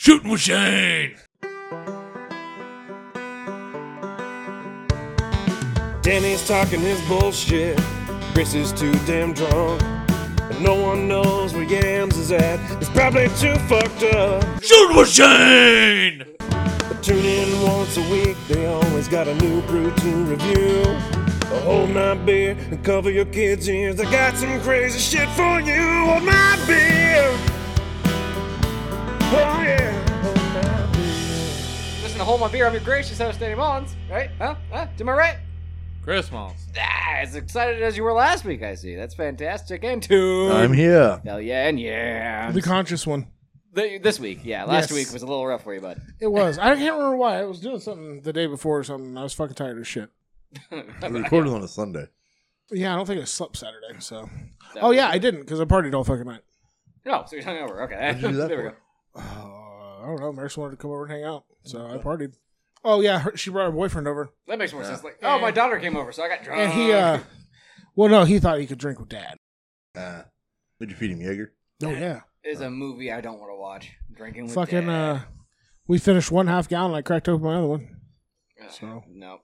Shooting with Shane. Danny's talking his bullshit. Chris is too damn drunk. And no one knows where Yams is at. He's probably too fucked up. Shooting with Shane. But tune in once a week. They always got a new brew to review. So hold my beer and cover your kids' ears. I got some crazy shit for you. Hold my beer. Oh yeah. Hold my beer. Listen to Hold My Beer, I'm your gracious host, Danny Mullins, right? Huh? Huh? To my right? Christmas. Ah, as excited as you were last week, I see. That's fantastic. And two. I'm here. Hell yeah, and yeah. The conscious one. Th- this week, yeah. Last Yes. week was a little rough for you, bud. It was. I can't remember why. I was doing something the day before or something. I was fucking tired of shit. We recorded on a Sunday. But yeah, I don't think I slept Saturday. So. Oh yeah, I didn't because I partied all fucking night. No, Oh, so you're talking over. Okay. What'd you do that there we for? go. Uh, I don't know. Maris wanted to come over and hang out, so I partied. Oh yeah, her, she brought her boyfriend over, That makes more sense. Like, oh, my daughter came over, so I got drunk. and he. uh Well, no, he thought he could drink with dad. Uh, did you feed him Jaeger? Oh yeah, is a movie I don't want to watch. Drinking with fucking. Dad. uh We finished one half gallon. I cracked open my other one. Ugh, so- No.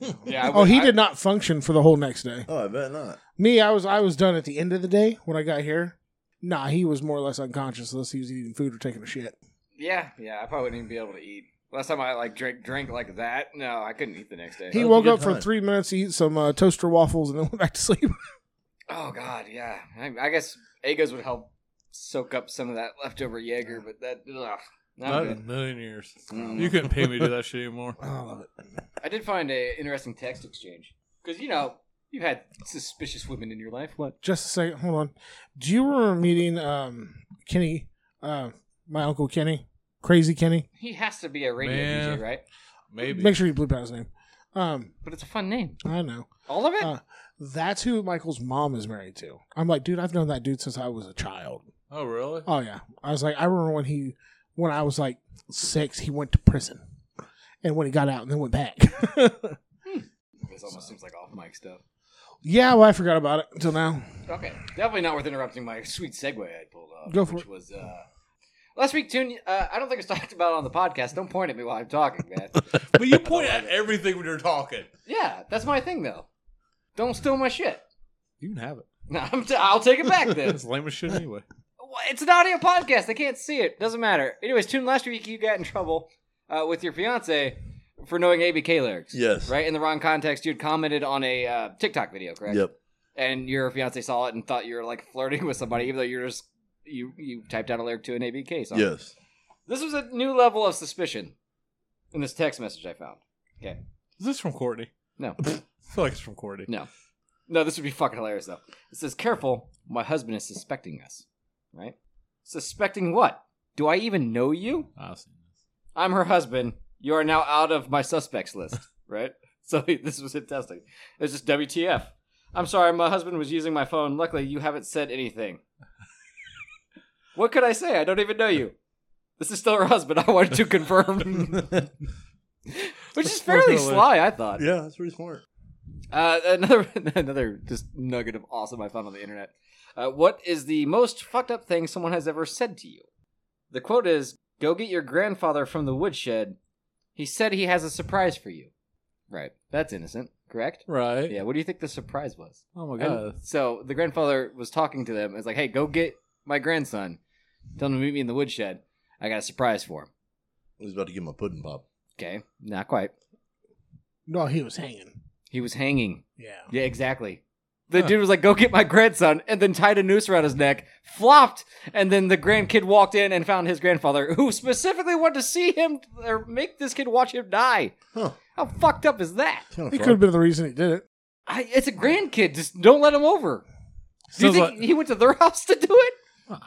Mm. Yeah. I Oh, would- he I- did not function for the whole next day. Oh, I bet not. Me, I was I was done at the end of the day when I got here. Nah, he was more or less unconscious unless he was eating food or taking a shit. Yeah, yeah. I probably wouldn't even be able to eat. Last time I like drank drink like that, no, I couldn't eat the next day. He Sounds woke like a up good for time. three minutes to eat some uh, toaster waffles and then went back to sleep. Oh God, yeah. I, I guess Egos would help soak up some of that leftover Jaeger, but that ugh, not Not in good. a million years. Mm. You couldn't pay me to do that shit anymore. I did find a interesting text exchange because you know you've had suspicious women in your life. What? Just a second, hold on. Do you remember meeting um, Kenny, uh, my uncle Kenny, Crazy Kenny? He has to be a radio Man. DJ, right? Maybe. Make sure you bleep out his name. Um, But it's a fun name. I know. All of it. Uh, that's who Michael's mom is married to. I'm like, dude, I've known that dude since I was a child. oh, really? Oh yeah, I was like, I remember when he, when I was like six, he went to prison, and when he got out, and then went back. this almost seems like off mic stuff. yeah, well, I forgot about it until now. Okay, definitely not worth interrupting my sweet segue I pulled off. Go for which it. Was uh, last week, tune. Uh, I don't think it's talked about on the podcast. Don't point at me while I'm talking, man. But you point at everything when you're talking. yeah, that's my thing though. Don't steal my shit. You can have it. No, I'm t- I'll take it back then. It's lame as shit anyway. Well, it's an audio podcast. They can't see it. Doesn't matter. Anyways, tune last week. You got in trouble uh, with your fiance for knowing ABK lyrics. Yes. Right in the wrong context. You had commented on a uh, TikTok video, correct? Yep. And your fiance saw it and thought you were like flirting with somebody, even though you're just you you typed out a lyric to an ABK song. Yes. This was a new level of suspicion in this text message I found. Is this from Courtney? No. I feel like it's from Courtney. No. No, this would be fucking hilarious though. It says, "Careful, my husband is suspecting us." Right? Suspecting what? Do I even know you? Ah, I've seen this. I'm her husband. You are now out of my suspects list. Right? So this was it testing. It's just WTF. I'm sorry, my husband was using my phone. Luckily, you haven't said anything. what could I say? I don't even know you. This is still her husband. I wanted to confirm, which is fairly sly. I thought. Yeah, that's pretty smart. Uh, another another just nugget of awesome I found on the internet. Uh, what is the most fucked up thing someone has ever said to you? The quote is, "Go get your grandfather from the woodshed. He said he has a surprise for you." Right. That's innocent, correct? Right. Yeah. What do you think the surprise was? Oh my And god. so the grandfather was talking to them. It's like, "Hey, go get my grandson. Tell him to meet me in the woodshed. I got a surprise for him." I was about to give him a pudding pop. Okay. Not quite. No, he was hanging. He was hanging. Yeah. Yeah, exactly. The dude was like, "Go get my grandson," and then tied a noose around his neck, flopped, and then the grandkid walked in and found his grandfather, who specifically wanted to see him or make this kid watch him die. Huh. How fucked up is that? Kind It could have been the reason he did it. I, it's a grandkid. Just don't let him over. Do you Sounds think he went to their house to do it?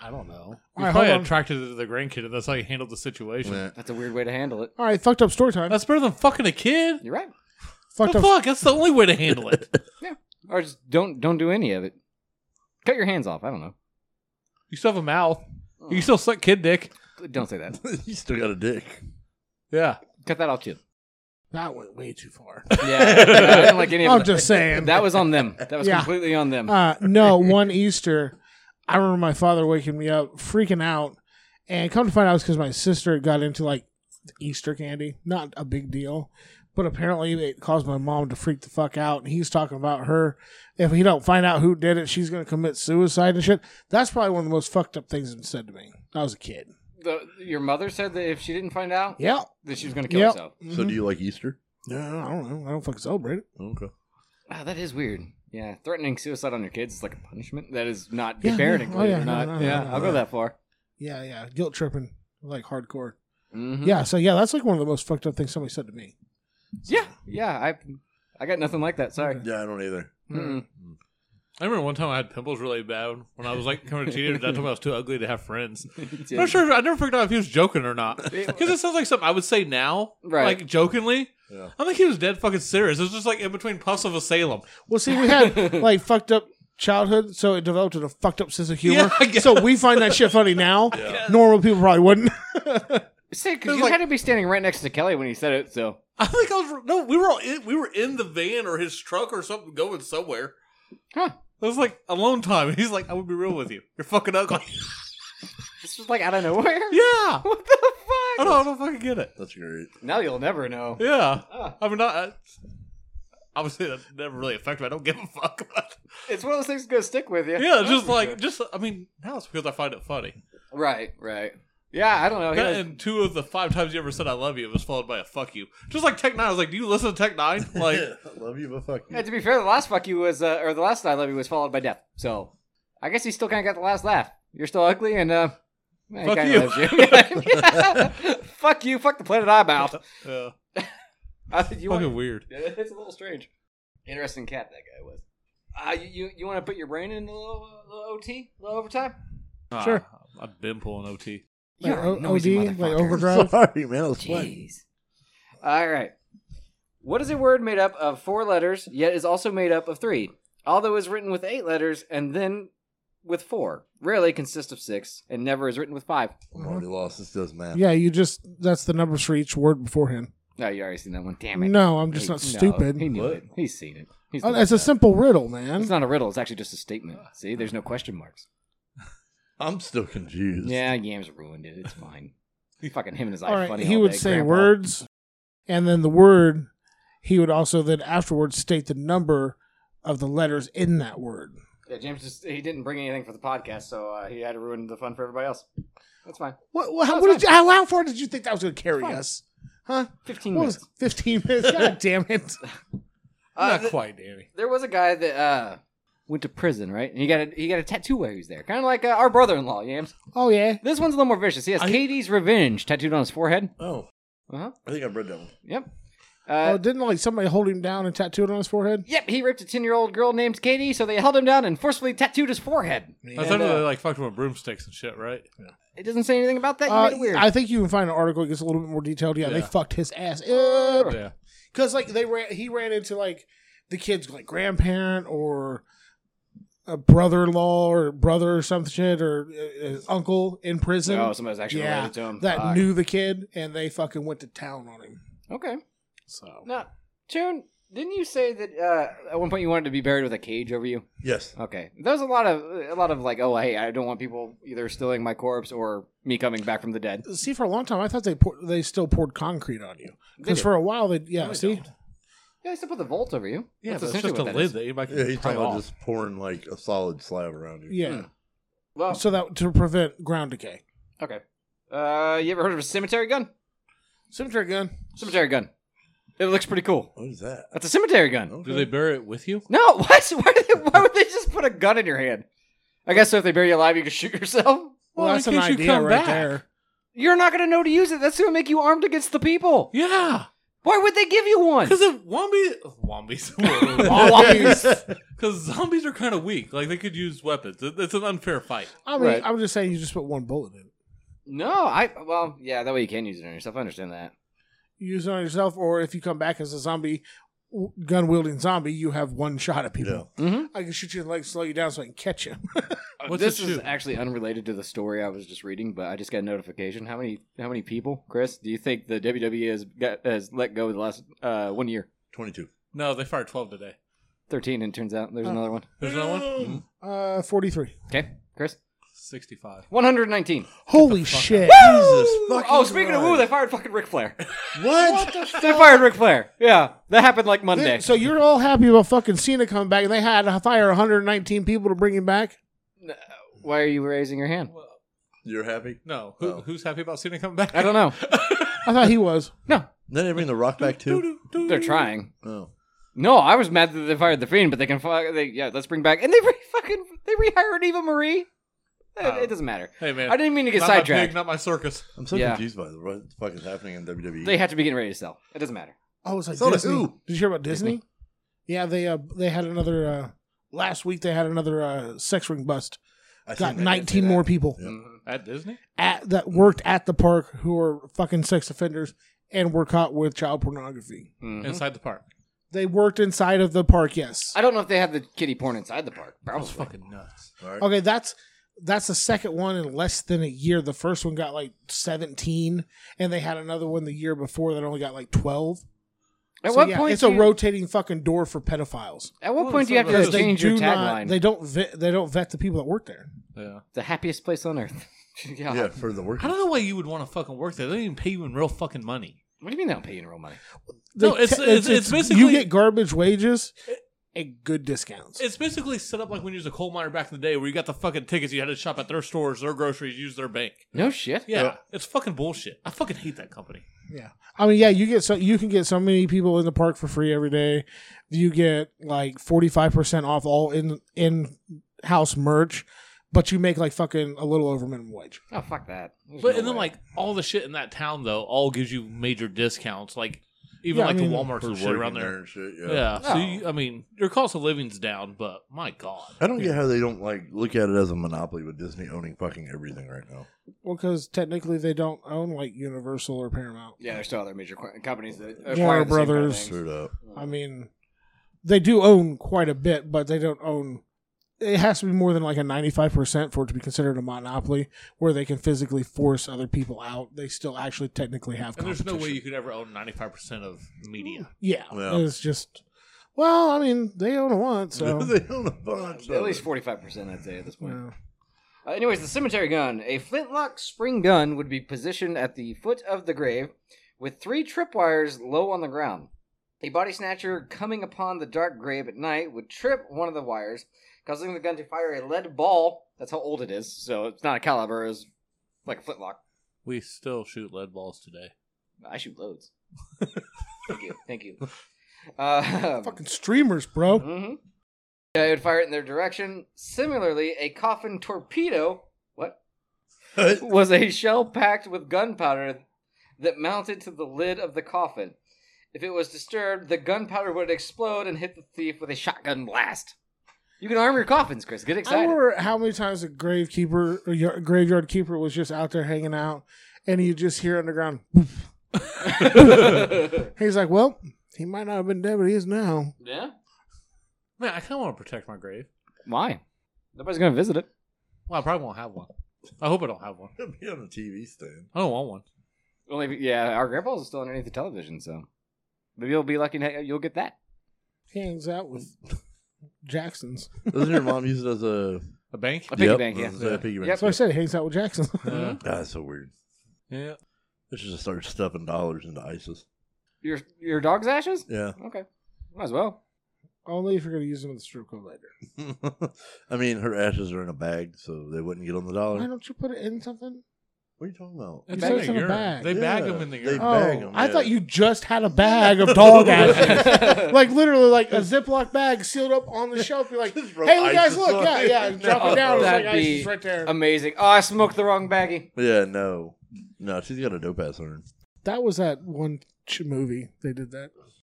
I don't know. All He's right, probably hold on. attracted to the grandkid, and that's how he handled the situation. That's a weird way to handle it. All right, fucked up story time. That's better than fucking a kid. You're right. fucked The up. fuck? That's the only way to handle it. Or just don't don't do any of it. Cut your hands off. I don't know. You still have a mouth. You Oh. can still suck kid dick. Don't say that. you still got a dick. Yeah. Cut that off too. That went way too far. Yeah, I didn't like any of I'm that. just saying. That was on them. That was Yeah. completely on them. Uh, no, one Easter, I remember my father waking me up, freaking out, And come to find out, it's because my sister got into like Easter candy. Not a big deal, but apparently it caused my mom to freak the fuck out. And he's talking about her. If he don't find out who did it, she's gonna commit suicide and shit. That's probably one of the most fucked up things that said to me. when I was a kid. The, your mother said that if she didn't find out, Yeah. that she was going to kill Yep. herself. So do you like Easter? No, I don't know. I don't fucking celebrate it. Okay. Wow, that is weird. Yeah, threatening suicide on your kids is like a punishment. That is not Yeah, yeah, parenting. yeah. Oh, believe it yeah, or no, not. no, no, yeah, no, I'll no. go that far. Yeah, yeah. Guilt tripping, like hardcore. Mhm. Yeah, so yeah, that's like one of the most fucked up things somebody said to me. yeah, yeah. I, I got nothing like that. Sorry. Mm-hmm. Yeah, I don't either. Mm-hmm. Mm-mm. I remember one time I had pimples really bad when I was like kind of a teenager. That time I was too ugly to have friends. Mm-hmm. I'm not sure. I never figured out if he was joking or not because it sounds like something I would say now, Right. Like jokingly. Yeah. I think he was dead fucking serious. It was just like in between Puffs of Salem. Well, see, we had like fucked up childhood, so it developed a fucked up sense of humor. Yeah, I guess. so we find that shit funny now. Normal people probably wouldn't. See, It because was you like- had to be standing right next to Kelly when he said it. So I think I was no. We were all in, we were in the van or his truck or something going somewhere. Huh. It was like alone time. He's like, I would be real with you. You're fucking ugly. this was like out of nowhere. yeah. What the I fuck? don't, I don't fucking get it. That's great. Now you'll never know. Yeah. Ah. I mean, not. I, obviously, that never really affected me. I don't give a fuck about it. It's one of those things that's gonna stick with you. Yeah, That's just for like, sure. just, I mean, now it's because I find it funny. right, right. Yeah, I don't know. He That was- and two of the five times you ever said I love you was followed by a fuck you. Just like Tech Nine. I was like, do you listen to Tech Nine? Like, I love you, but fuck you. And to be fair, the last fuck you was, uh, or the last I love you was followed by death. So I guess he still kind of got the last laugh. You're still ugly, and uh, man, he Fuck kinda you. loves you. fuck you. Fuck the planet I mouth. yeah. I think you Fucking want, weird. it's a little strange. Interesting cat that guy was. Uh, you you, you want to put your brain in a little, uh, little OT, a little overtime? Sure. Ah, I've been pulling OT. Like You're a O- noisy OD, like motherfucker. overdrive. Sorry, man. I was sweating. Jeez. All right. What is a word made up of four letters, yet is also made up of three? Although is written with eight letters and then with four. Rarely consists of six, and never is written with five. I'm already lost. This does math. yeah, you just that's the numbers for each word beforehand. No, you already seen that one. Damn it. No, I'm just He- not no, stupid. He knew What? it. He's seen it. He's Oh, the it's a best. simple riddle, man. It's not a riddle. It's actually just a statement. See, there's no question marks. I'm still confused. Yeah, Yams ruined it. It's fine. Fucking him and his eye All right, funny. he all would day, say Grandpa. words, and then the word. He would also then afterwards state the number of the letters in that word. Yeah, James just he didn't bring anything for the podcast, so uh, he had to ruin the fun for everybody else. That's fine. What? What, That's what did you, how how far did you think that was going to carry Fine. us? Huh? Fifteen What Hmm. minutes. was fifteen minutes? God damn it! Uh, Not th- quite, Danny. there was a guy that uh, went to prison, right? And he got a he got a tattoo where he was there, kind of like uh, our brother-in-law, Yams. Oh yeah. This one's a little more vicious. He has I- Katie's Revenge tattooed on his forehead. Oh, Uh-huh. I think I've read that one. Yep. Oh, Uh, didn't like somebody hold him down and tattoo it on his forehead? yep. He raped a ten-year-old girl named Katie, so they held him down and forcefully tattooed his forehead. I And, thought they uh, like fucked with broomsticks and shit, right? it doesn't say anything about that. You Uh, made it weird. I think you can find an article that gets a little bit more detailed. Yeah, they Yeah. fucked his ass up Yeah. because like they ran, he ran into like the kid's like grandparent or a brother-in-law or brother or some shit or uh, his uncle in prison oh, somebody's actually Yeah, related to him. that Fuck. knew the kid and they fucking went to town on him. Okay. So Now, Tune, didn't you say that uh, at one point you wanted to be buried with a cage over you? Yes. Okay, there's a lot of a lot of like, oh, hey, I don't want people either stealing my corpse or me coming back from the dead. see, for a long time, I thought they pour- they still poured concrete on you because do. for a while they yeah see Yeah, they still put the vault over you. Yeah, That's but it's essentially just a what that lid is. that anybody Yeah, can he's pry talking about off. just pouring like a solid slab around you. Hmm. yeah Well, so that to prevent ground decay. okay. Uh, you ever heard of a cemetery gun? Cemetery gun. Cemetery gun. It looks pretty cool. What is that? That's a cemetery gun. Okay. Do they bury it with you? No, what? Why, did they, why would they just put a gun in your hand? I guess so. If they bury you alive, you can shoot yourself. Well, Well, that's in an case you idea come right back. there. You're not gonna know to use it. That's gonna make you armed against the people. Yeah. Why would they give you one? Because if Wombies. Wombies. Wombies. Because zombies are kind of weak. Like, they could use weapons. It- It's an unfair fight. I mean, Right. I'm just saying you just put one bullet in. it. No, I. Well, yeah, that way you can use it on yourself. I understand that. You use it on yourself, or if you come back as a zombie, gun wielding zombie, you have one shot at people. Mm-hmm. I can shoot you in the leg, slow you down, so I can catch you. What's Uh, this it is shoot? actually unrelated to the story I was just reading, but I just got a notification. How many how many people, Chris? Do you think the WWE has got, has let go of the last uh, one year? 22. No, they fired 12 today. Thirteen, and it turns out there's another one. Mm, There's another one? uh, forty three. Okay, Chris. 65. 119. Holy shit. Jesus fucking Oh, speaking of woo, Christ. they fired fucking Ric Flair. What? they fired Ric Flair. Yeah, that happened like Monday. They- So you're all happy about fucking Cena coming back, and they had to fire 119 people to bring him back. Why are you raising your hand? You're happy? No. Who, Oh. Who's happy about Cena coming back? I don't know. I thought he was. No, Then they bring the rock back too? they're trying. Oh. No, I was mad that they fired the fiend, but they can fuck. They, yeah, let's bring back and they re- fucking they rehired Eva Marie. It, it doesn't matter. Hey, man. I didn't mean to get Not my pig, sidetracked. not my circus. I'm so Yeah. confused by the, what the fuck is happening in E. WWE. They have to be getting ready to sell. It doesn't matter. Oh, it was like So did Disney. who? Did you hear about Disney? Yeah, they uh, they had another uh, last week. They had another uh, sex ring bust. I Got seen that 19 yesterday. more people Yeah. Mm-hmm. At Disney? at that worked at the park who were fucking sex offenders and were caught with child pornography. Mhm. Inside the park. They worked inside of the park. Yes. I don't know if they have the kitty porn inside the park. That was Probably. fucking nuts. All right. Okay, that's that's the second one in less than a year. The first one got like 17, and they had another one the year before that only got like 12. At So, what yeah, point? it's do a you- rotating fucking door for pedophiles. At what Well, point it's do you have not to really- they change your do tagline? not. They don't vet. They don't vet the people that work there. Yeah. the happiest place on earth. yeah. Yeah, for the work. I don't know why you would want to fucking work there. They don't even pay you in real fucking money. What do you mean they don't pay you in real money? No, They it's- te- it's- it's you basically- get garbage wages and good discounts. It's basically set up like when you was a coal miner back in the day where you got the fucking tickets, you had to shop at their stores, their groceries, use their bank. No shit. Yeah. It's fucking bullshit. I fucking hate that company. Yeah, I mean, yeah, you get so you can get so many people in the park for free every day. You get like forty five percent off all in in house merch, but you make like fucking a little over minimum wage. Oh fuck that. There's But no and then way. like all the shit in that town though, all gives you major discounts. Like even Yeah, I like mean, the Walmarts For and shit working around there. and shit, yeah. Yeah. So No. you, I mean, your cost of living's down, but my god, I don't get how they don't like look at it as a monopoly with Disney owning fucking everything right now. Well, because technically they don't own like Universal or Paramount. yeah, there's still other major qu- companies that acquire the Warner same kind of Brothers. things. Screwed up. I mean, they do own quite a bit, but they don't own. It has to be more than like a ninety five percent for it to be considered a monopoly, where they can physically force other people out. They still actually technically have. and there's no way competition. you could ever own 95 percent of media. Yeah, Well. it's just. Well, I mean, they own a lot, so they own a bunch. At of least it. forty-five percent, I'd say at this point. Yeah. Uh, anyways, the cemetery gun, a flintlock spring gun, would be positioned at the foot of the grave, with three tripwires low on the ground. A body snatcher coming upon the dark grave at night would trip one of the wires, causing the gun to fire a lead ball. That's how old it is, so it's not a caliber. It's like a flintlock. We still shoot lead balls today. I shoot loads. thank you, thank you. Uh, fucking streamers, bro. Mm-hmm. Yeah, it would fire it in their direction. Similarly, a coffin torpedo what was a shell packed with gunpowder that mounted to the lid of the coffin. If it was disturbed, the gunpowder would explode and hit the thief with a shotgun blast. You can arm your coffins, Chris. Get I excited. remember how many times a gravekeeper, or your- graveyard keeper, was just out there hanging out, and you just hear underground. "Woof." He's like, "Well, he might not have been dead, but he is now." yeah. Man, I kind of want to protect my grave. Why? Nobody's gonna visit it. Well, I probably won't have one. I hope I don't have one. It'd be on a TV stand. I don't want one. Only if- yeah, our grandpa's is still underneath the television, so maybe you'll be lucky. To, you'll get that. He hangs out with Jacksons. Doesn't your mom use it as a A bank? A piggy Yep, bank, yeah. as a piggy bank? Yep. So I said he hangs out with Jacksons. Yeah. God, that's so weird. yeah. They should just start stuffing dollars into ISIS. Your your dog's ashes? Yeah. Okay. Might as well. Only if you're going to use them in the strip club later. I mean, her ashes are in a bag, so they wouldn't get on the dollar. Why don't you put it in something? What are you talking about? You said it's in a urine. bag. They bag Yeah, them in the they urine. bag Oh, 'em, I yeah. thought you just had a bag of dog ashes. like literally like a Ziploc bag sealed up on the shelf. You're like, hey, Just throw you guys, ISIS look, on yeah, it. yeah, and drop it No, down. It's like that'd ice be is right there. Amazing. Oh, I smoked the wrong baggie. Yeah, no. No, she's got a dope ass on that was that one ch- movie they did that.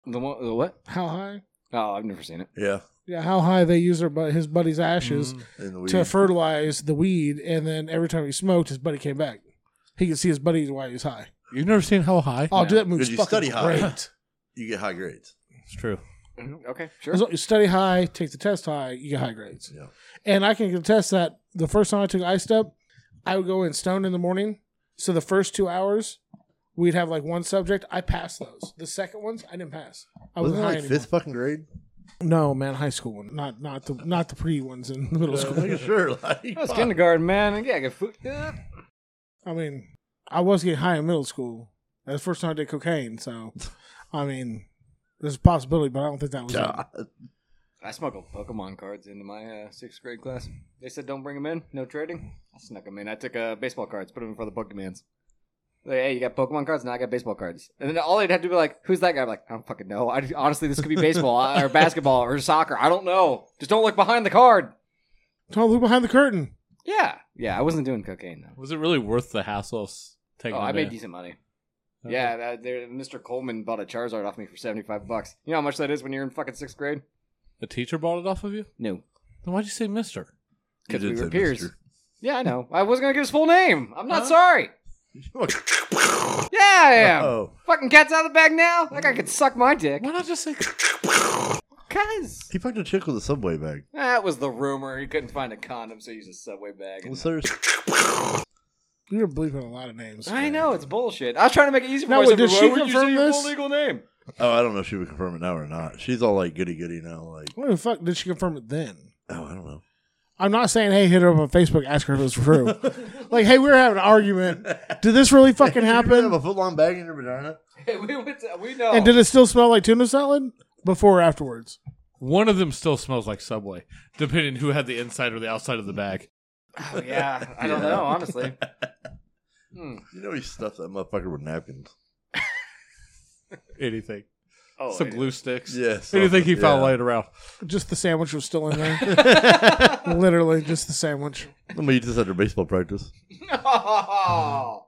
The, one, the what? How high? Oh, I've never seen it. her. Yeah. Yeah, how high they use their bu- his buddy's ashes In the weed. to fertilize the weed, and then every time he smoked, his buddy came back. He could see his buddy while he was high. You've never seen How High? Oh, Yeah. dude, that movie's Did you fucking study high? great. you get high grades. It's true. Mhm, Okay, sure. As long- You study high, take the test high, you get high grades. Yeah. And I can contest that the first time I took I step, I would go in stoned in the morning. So the first two hours, we'd have like one subject. I passed those. The second ones, I didn't pass. I Wasn't it wasn't high like anymore. fifth fucking grade? No, man, high school one, not not the not the pretty ones in middle school. Making Uh, sure, like, That's fuck. kindergarten, man. I gotta get food. Uh, I mean, I was getting high in middle school. That's the first time I did cocaine. So, I mean, there's a possibility, but I don't think that was. it. God. I smuggled Pokemon cards into my uh, sixth grade class. They said don't bring them in, no trading. I snuck them in. I took uh, baseball cards, put them in for the Pokemans. Like, hey, you got Pokemon cards? Now I got baseball cards. And then all they'd have to be like, who's that guy? I'm like, I don't fucking know. I, honestly, this could be baseball uh, or basketball or soccer. I don't know. Just don't look behind the card. Don't look behind the curtain. Yeah. Yeah, I wasn't doing cocaine, though. Was it really worth the hassle of s- taking Oh, it I made in? decent money. Okay. Yeah, that, there, Mr. Coleman bought a Charizard off me for 75 bucks. You know how much that is when you're in fucking sixth grade? The teacher bought it off of you? No. Then why'd you say mister? You Because we did were say peers. mister. Yeah, I know. I wasn't going to get his full name. I'm not sorry. Oh, Yeah, I am. Fucking cat's out of the bag now? That guy could suck my dick. Why not just say Because. he fucked a chick with a subway bag. That was the rumor. He couldn't find a condom, so he used a subway bag. Well, sir, You're bleeping a lot of names. I know, it's bullshit. I was trying to make it easy for Now, wait, myself. did Why she would you confirm say your full this? legal name? oh, I don't know if she would confirm it now or not. She's all like goody goody now. Like, What the fuck did she confirm it then? oh, I don't know. I'm not saying, hey, hit her up on Facebook, ask her if it's true. like, hey, we were having an argument. Did this really fucking You really have happen? a foot long bag in your vagina? we, went to- we know. And did it still smell like tuna salad before or afterwards? one of them still smells like Subway, depending who had the inside or the outside of the bag. Oh, yeah, I don't know, honestly. Hmm. You know he stuffed that motherfucker with napkins. Anything. Oh, Some yeah. glue sticks. Yes. Anything he found Yeah. laying around. Just the sandwich was still in there. Literally, just the sandwich. Let me eat this after baseball practice. Oh,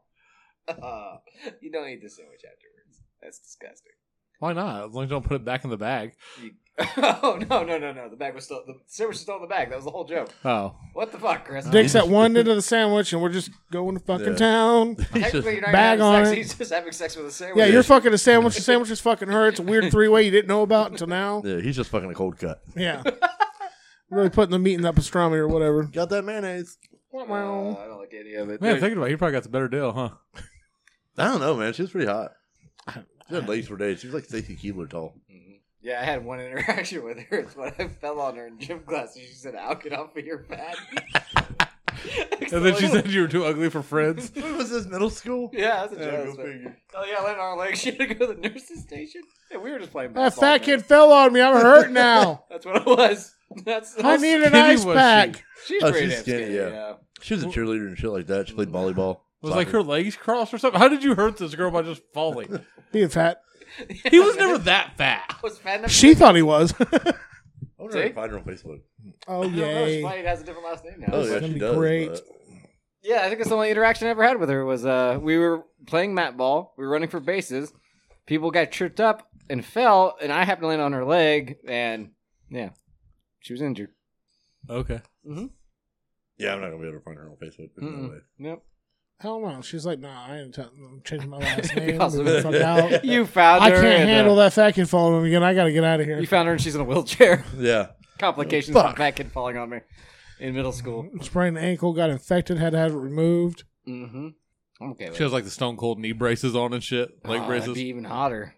you don't eat the sandwich afterwards. That's disgusting. Why not? As long as you don't put it back in the bag. You... oh no no no no! The bag was still the sandwich was still in the bag. That was the whole joke. Oh. What the fuck, Chris? Dick's at one end of the sandwich, and we're just going to fucking Yeah. town. Technically, you're not Bag having on sex. it. He's just having sex with a sandwich. Uh, Yeah, you're fucking a sandwich. The sandwich is fucking her. It's a weird three way you didn't know about until now. Yeah, he's just fucking a cold cut. Yeah. Really putting the meat in that pastrami or whatever. Got that mayonnaise. Uh, I don't like any of it. Man, Dude, thinking about it, he probably got the better deal, huh? I don't know, man. She was pretty hot. She had legs for days. She was like Stacey Keebler tall. Mm-hmm. yeah, I had one interaction with her. It's when I fell on her in gym class, and she said, "I'll get off of your fat." And then she said you were too ugly for friends. What was this, middle school? "Yeah, that's a Yeah, joke." go but- figure. Oh yeah, I landed on our leg. She had to go to the nurse's station. Yeah, we were just playing. That basketball, fat man. kid fell on me. I'm hurt now. That's what it was. That's I need an skinny ice was pack. She's Oh, pretty she's damn skinny, yeah. She was a cheerleader and shit like that. She played volleyball. Was like soccer. her legs crossed or something? How did you hurt this girl by just falling? Being fat. He was never that fat. Was fat enough. She thought he was. I wonder if I See? can find her on Facebook. oh, I don't know. She yay. probably has a different last name now. Oh, yeah, gonna she be does. great. but- Yeah, I think that's the only interaction I ever had with her was uh, we were playing mat ball, we were running for bases, people got tripped up and fell, and I happened to land on her leg, and yeah, she was injured. Okay. Yeah, I'm not gonna be able to find her on Facebook. There's no Mm-mm. way. Nope. Hell no. She's like, nah, I ain't t- I'm changing my last name. Because of Move the it. fuck out. You found I her. can't and, uh, handle that fat kid following me again. I got to get out of You here. found her, and she's in a wheelchair. Yeah, Complications Fuck. from that kid falling on me in middle school. Sprained ankle, got infected, had to have it removed. Mm-hmm. I'm okay with She has like the stone cold knee braces on and shit. it. Leg Oh, braces. That'd be even hotter.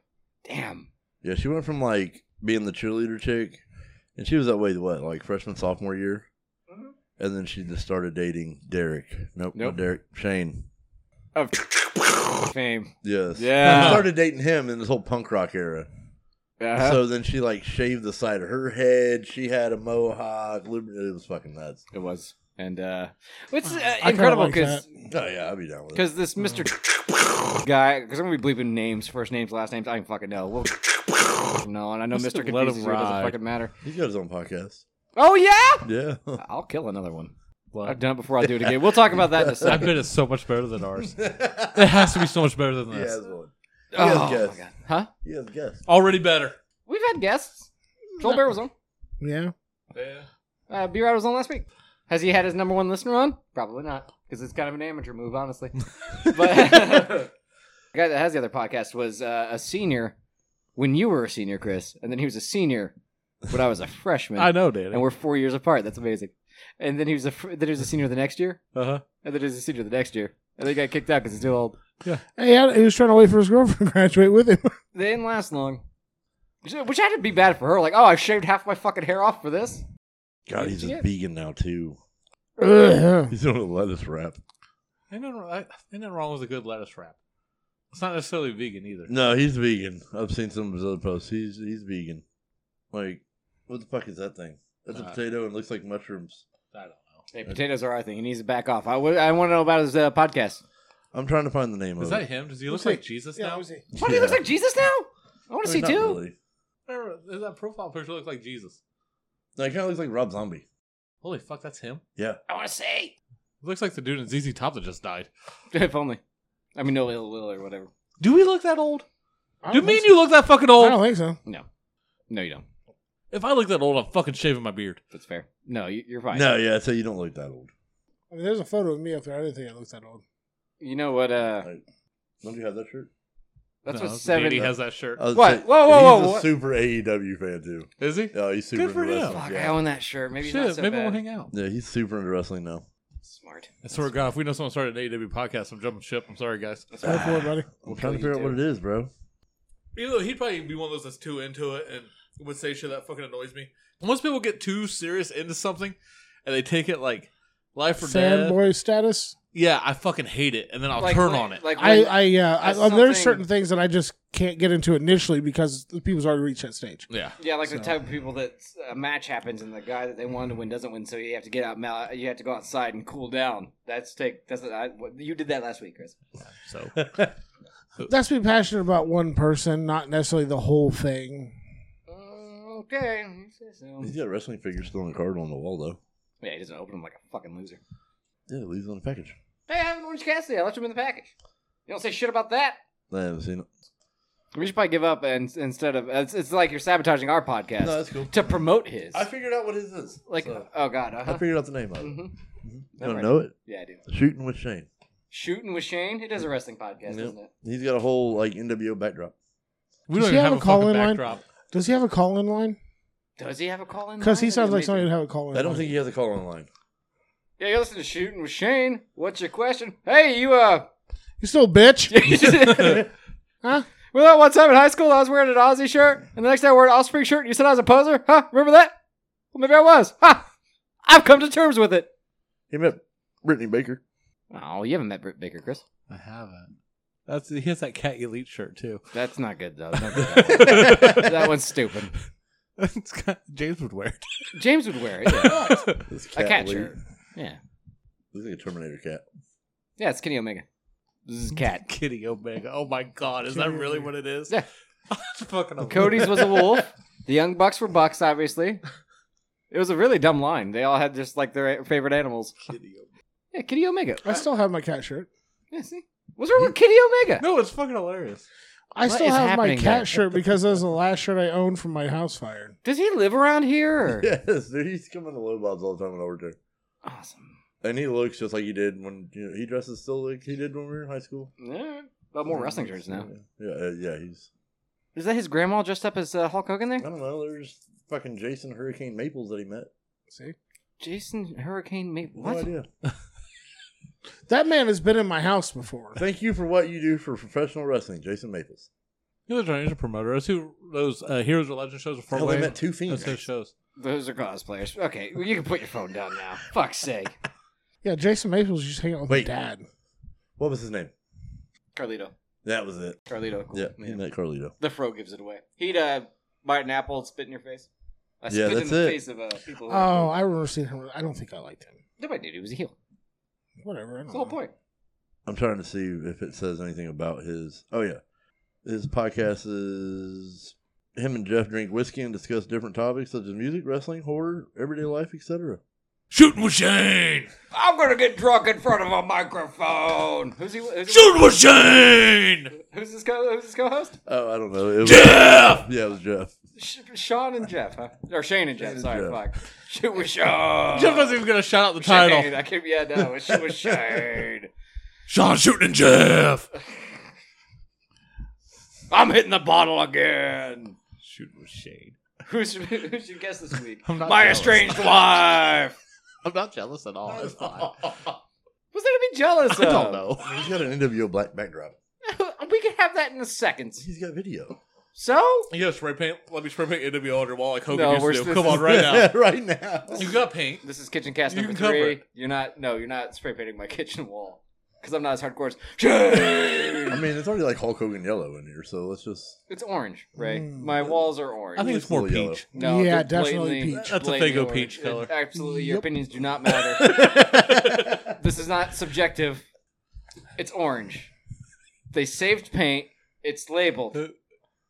Damn. yeah. She went from like being the cheerleader chick, and she was that way what like freshman sophomore year, and then she just started dating Derek. Nope, Nope. not Derek Shane. Of fame. Yes. Yeah. She started dating him in this whole punk rock era. Uh-huh. So then she like shaved the side of her head. She had a mohawk. lib- It was fucking nuts. It was, and uh, it's uh, kinda incredible like because Oh yeah, I'd be down with it. because this Mister guy because I'm gonna be bleeping names, first names, last names. I can fucking know. Well, no, and I know Let's Mister just let him confuses you. It doesn't ride. fucking matter. He's got his own podcast. Oh yeah, Yeah. I'll kill another one. What? I've done it before. I'll do it again. We'll talk about that in a I second. bet it's so much better than ours. it has to be so much better than he this. has one. He has Oh, my guests. God. Huh? He has guests. Already better. We've had guests. Joel Bear was on. Yeah. Yeah. Uh, B Rod was on last week. Has he had his number one listener on? Probably not, because it's kind of an amateur move, honestly. but the guy that has the other podcast was uh, a senior when you were a senior, Chris, and then he was a senior when I was a freshman. I know, Danny. And we're four years apart. That's amazing. And then he was a fr- then he was a senior the next year, Uh huh. and then he was a senior the next year, and they got kicked out because he's too old. Hey, I- he was trying to wait for his girlfriend to graduate with him. They didn't last long. Which had to be bad for her. Like, oh, I shaved half my fucking hair off for this. God, he's Yeah. a vegan now too. Ugh. He's doing a lettuce wrap. Ain't nothing, I- ain't nothing wrong with a good lettuce wrap. It's not necessarily vegan either. No, he's vegan. I've seen some of his other posts. He's he's vegan. Like, what the fuck is that thing? That's a Uh, potato and looks like mushrooms. I don't know. Hey, potatoes are our thing. He needs to back off. I want to know about his uh, podcast. I'm trying to find the name Is of that it. him? Does he look Looks like like- Jesus Yeah, now? was he? What? He Yeah. looks like Jesus now? I want to I see mean, not too. really. Or Does that profile picture look like Jesus? No, he kind of looks like Rob Zombie. Holy fuck, that's him. Yeah. I want to see. It looks like the dude in ZZ Top that just died. If only. I mean, no ill will or whatever. Do we look that old? I Do don't me think and you look that fucking so. I don't old? think so. No, no, you don't. If I look that old, I'm fucking shaving my beard. That's fair. No, you, you're fine. No, yeah. So you don't look that old. I mean, there's a photo of me up there. I didn't think I looked that old. You know what? Uh, Don't you have that shirt? that's No, what seven. Uh, Danny has that shirt. I was What? say- Whoa, whoa, He's whoa, a what? super AEW fan too. Is he? Oh, he's super Good for into him. wrestling. Fuck, I Yeah. own that shirt. Maybe not Shit, so maybe bad. we'll hang out. yeah, he's super into wrestling now. Smart. I swear to God, if we know someone started an AEW podcast, I'm jumping ship. I'm sorry, guys. That's Go what- for it, buddy. I'm trying to kill you figure out what it is, bro. You know, he'd probably be one of those that's too into it and would say shit that fucking annoys me. Once people get too serious into something and they take it like life or Sad death, boy status. yeah, I fucking hate it, and then I'll Like, turn when- on it. Like I, when- I, uh, I That's uh, there's something- certain things that I just can't get into initially because the people's already reached that stage. yeah, Yeah, like the So- type of people that a match happens and the guy that they wanted to win doesn't win, so you have to get out. mal- You have to go outside and cool down. That's take. That's I, what- you did that last week, Chris. so That's being passionate about one person, not necessarily the whole thing. Uh, okay. you say so. He's got wrestling figures still in the card on the wall though. Yeah, he doesn't open them like a fucking loser. Yeah, it leaves it on the package. Hey, I have an Orange Cassidy. I left him in the package. You don't say shit about that. I haven't seen it. We should probably give up and instead of it's, it's like you're sabotaging our podcast No, that's cool. to promote his. I figured out what his is. like, so- oh god, uh I figured out the name of it. hmm I don't Alright. know it. yeah, I do. Shooting with Shane. Shooting with Shane. It is a wrestling podcast, Yep. isn't it? He's got a whole like NWO backdrop. we Does don't he even have have, a a call-in fucking line? backdrop. Does he have a call in line? Does he have a call in? Because he line? sounds That'd be amazing. like somebody would have a call in. I don't think he has a call online. Yeah, you're listening to Shooting with Shane. What's your question? Hey, you, uh. you still a bitch. huh? Well, that one time in high school, I was wearing an Aussie shirt, and the next day I wore an Offspring shirt, and you said I was a poser? Huh? Remember that? Well, maybe I was. Ha! I've come to terms with it. He met Brittany Baker. Oh, you haven't met Britt Baker, Chris. I haven't. That's he has that cat elite shirt too. That's not good, though. Don't do that, one. that one's stupid. It's got- James would wear it. James would wear it. Yeah. This A cat lady. shirt. Yeah. Looks like a Terminator cat. Yeah, it's Kenny Omega. This is Cat. Kitty Omega. Oh my god, is that really what it is? Yeah. It's fucking Cody's was a wolf. The Young Bucks were bucks, obviously. It was a really dumb line. They all had just like their favorite animals. Yeah, Kitty Omega. I still have my cat shirt. Yeah, see? What's wrong with Kitty Omega? No, it's fucking hilarious. I What still is have my happening cat there? shirt because that was the last shirt I owned from my house fire. Does he live around here? Yes, dude. He's coming to low bobs all the time in over there. Awesome. And he looks just like he did when you know, he dresses still like he did when we were in high school. Yeah. But more wrestling shirts now. Yeah, uh, yeah. He's Is that his grandma dressed up as uh, Hulk Hogan I there? don't know. There's fucking Jason Hurricane Maples that he met. See, Jason Hurricane Maple. No What? idea. that man has been in my house before. Thank you for what you do for professional wrestling, Jason Maples. He was trying to promote us. Who those uh, Heroes of Legend shows before? Hell, they Wave. met two fiends. That's those shows. Those are cosplayers. Okay, well, you can put your phone down now. Fuck's sake. Yeah, Jason Maples used to hang out with Wait. my dad. What was his name? Carlito. That was it. Carlito. Yeah, Yeah. he met Carlito. The fro gives it away. He'd uh, bite an apple and spit in your face. I Yeah, spit in that's the it. face of uh, people. who- Oh, I remember seeing him. I don't think I liked him. Nobody did. He was a heel. Whatever. I don't That's the Oh. whole know. point. I'm trying to see if it says anything about his. Oh yeah, his podcast is him and Jeff drink whiskey and discuss different topics such as music, wrestling, horror, everyday life, etc. Shooting with Shane. I'm gonna get drunk in front of a microphone. Who's he? Who's, he, Shooting with Shane. who's his co? Who's his co-host? Oh, I don't know. It was, Jeff. Yeah, it was Jeff. Sh- Sean and Jeff, huh? Or Shane and Jeff. Shane and sorry, Jeff. fuck. Shit with Sean. Jeff wasn't even gonna shout out the title. Shane. I can't. Yeah, no. Shit with Shane. Sean shooting and Jeff. I'm hitting the bottle again. Shoot with shade. Who should, who should guess this week? I'm not My jealous. estranged wife. I'm not jealous at all. It's fine. What's there to be jealous I of? don't know. He's got an NWO black backdrop. we could have that in a second. He's got video. So You gotta spray paint. Let me spray paint NWO on your wall like Hogan No, we're- used to do. this Come on, is- right now. right now. You got paint. this is kitchen cast You number can cover three. it. You're not. No, you're not spray painting my kitchen wall because I'm not as hardcore as Shane. I mean, it's already like Hulk Hogan yellow in here, so let's just. It's orange, Ray. Mm. My walls are orange. Hmm. I think it's more Little yellow. peach. no, Yeah, they're definitely blatantly- peach. That's a blatantly Fago orange. peach color. Absolutely, your Yep. opinions do not matter. this is not subjective. It's orange. They saved paint. It's labeled. Uh,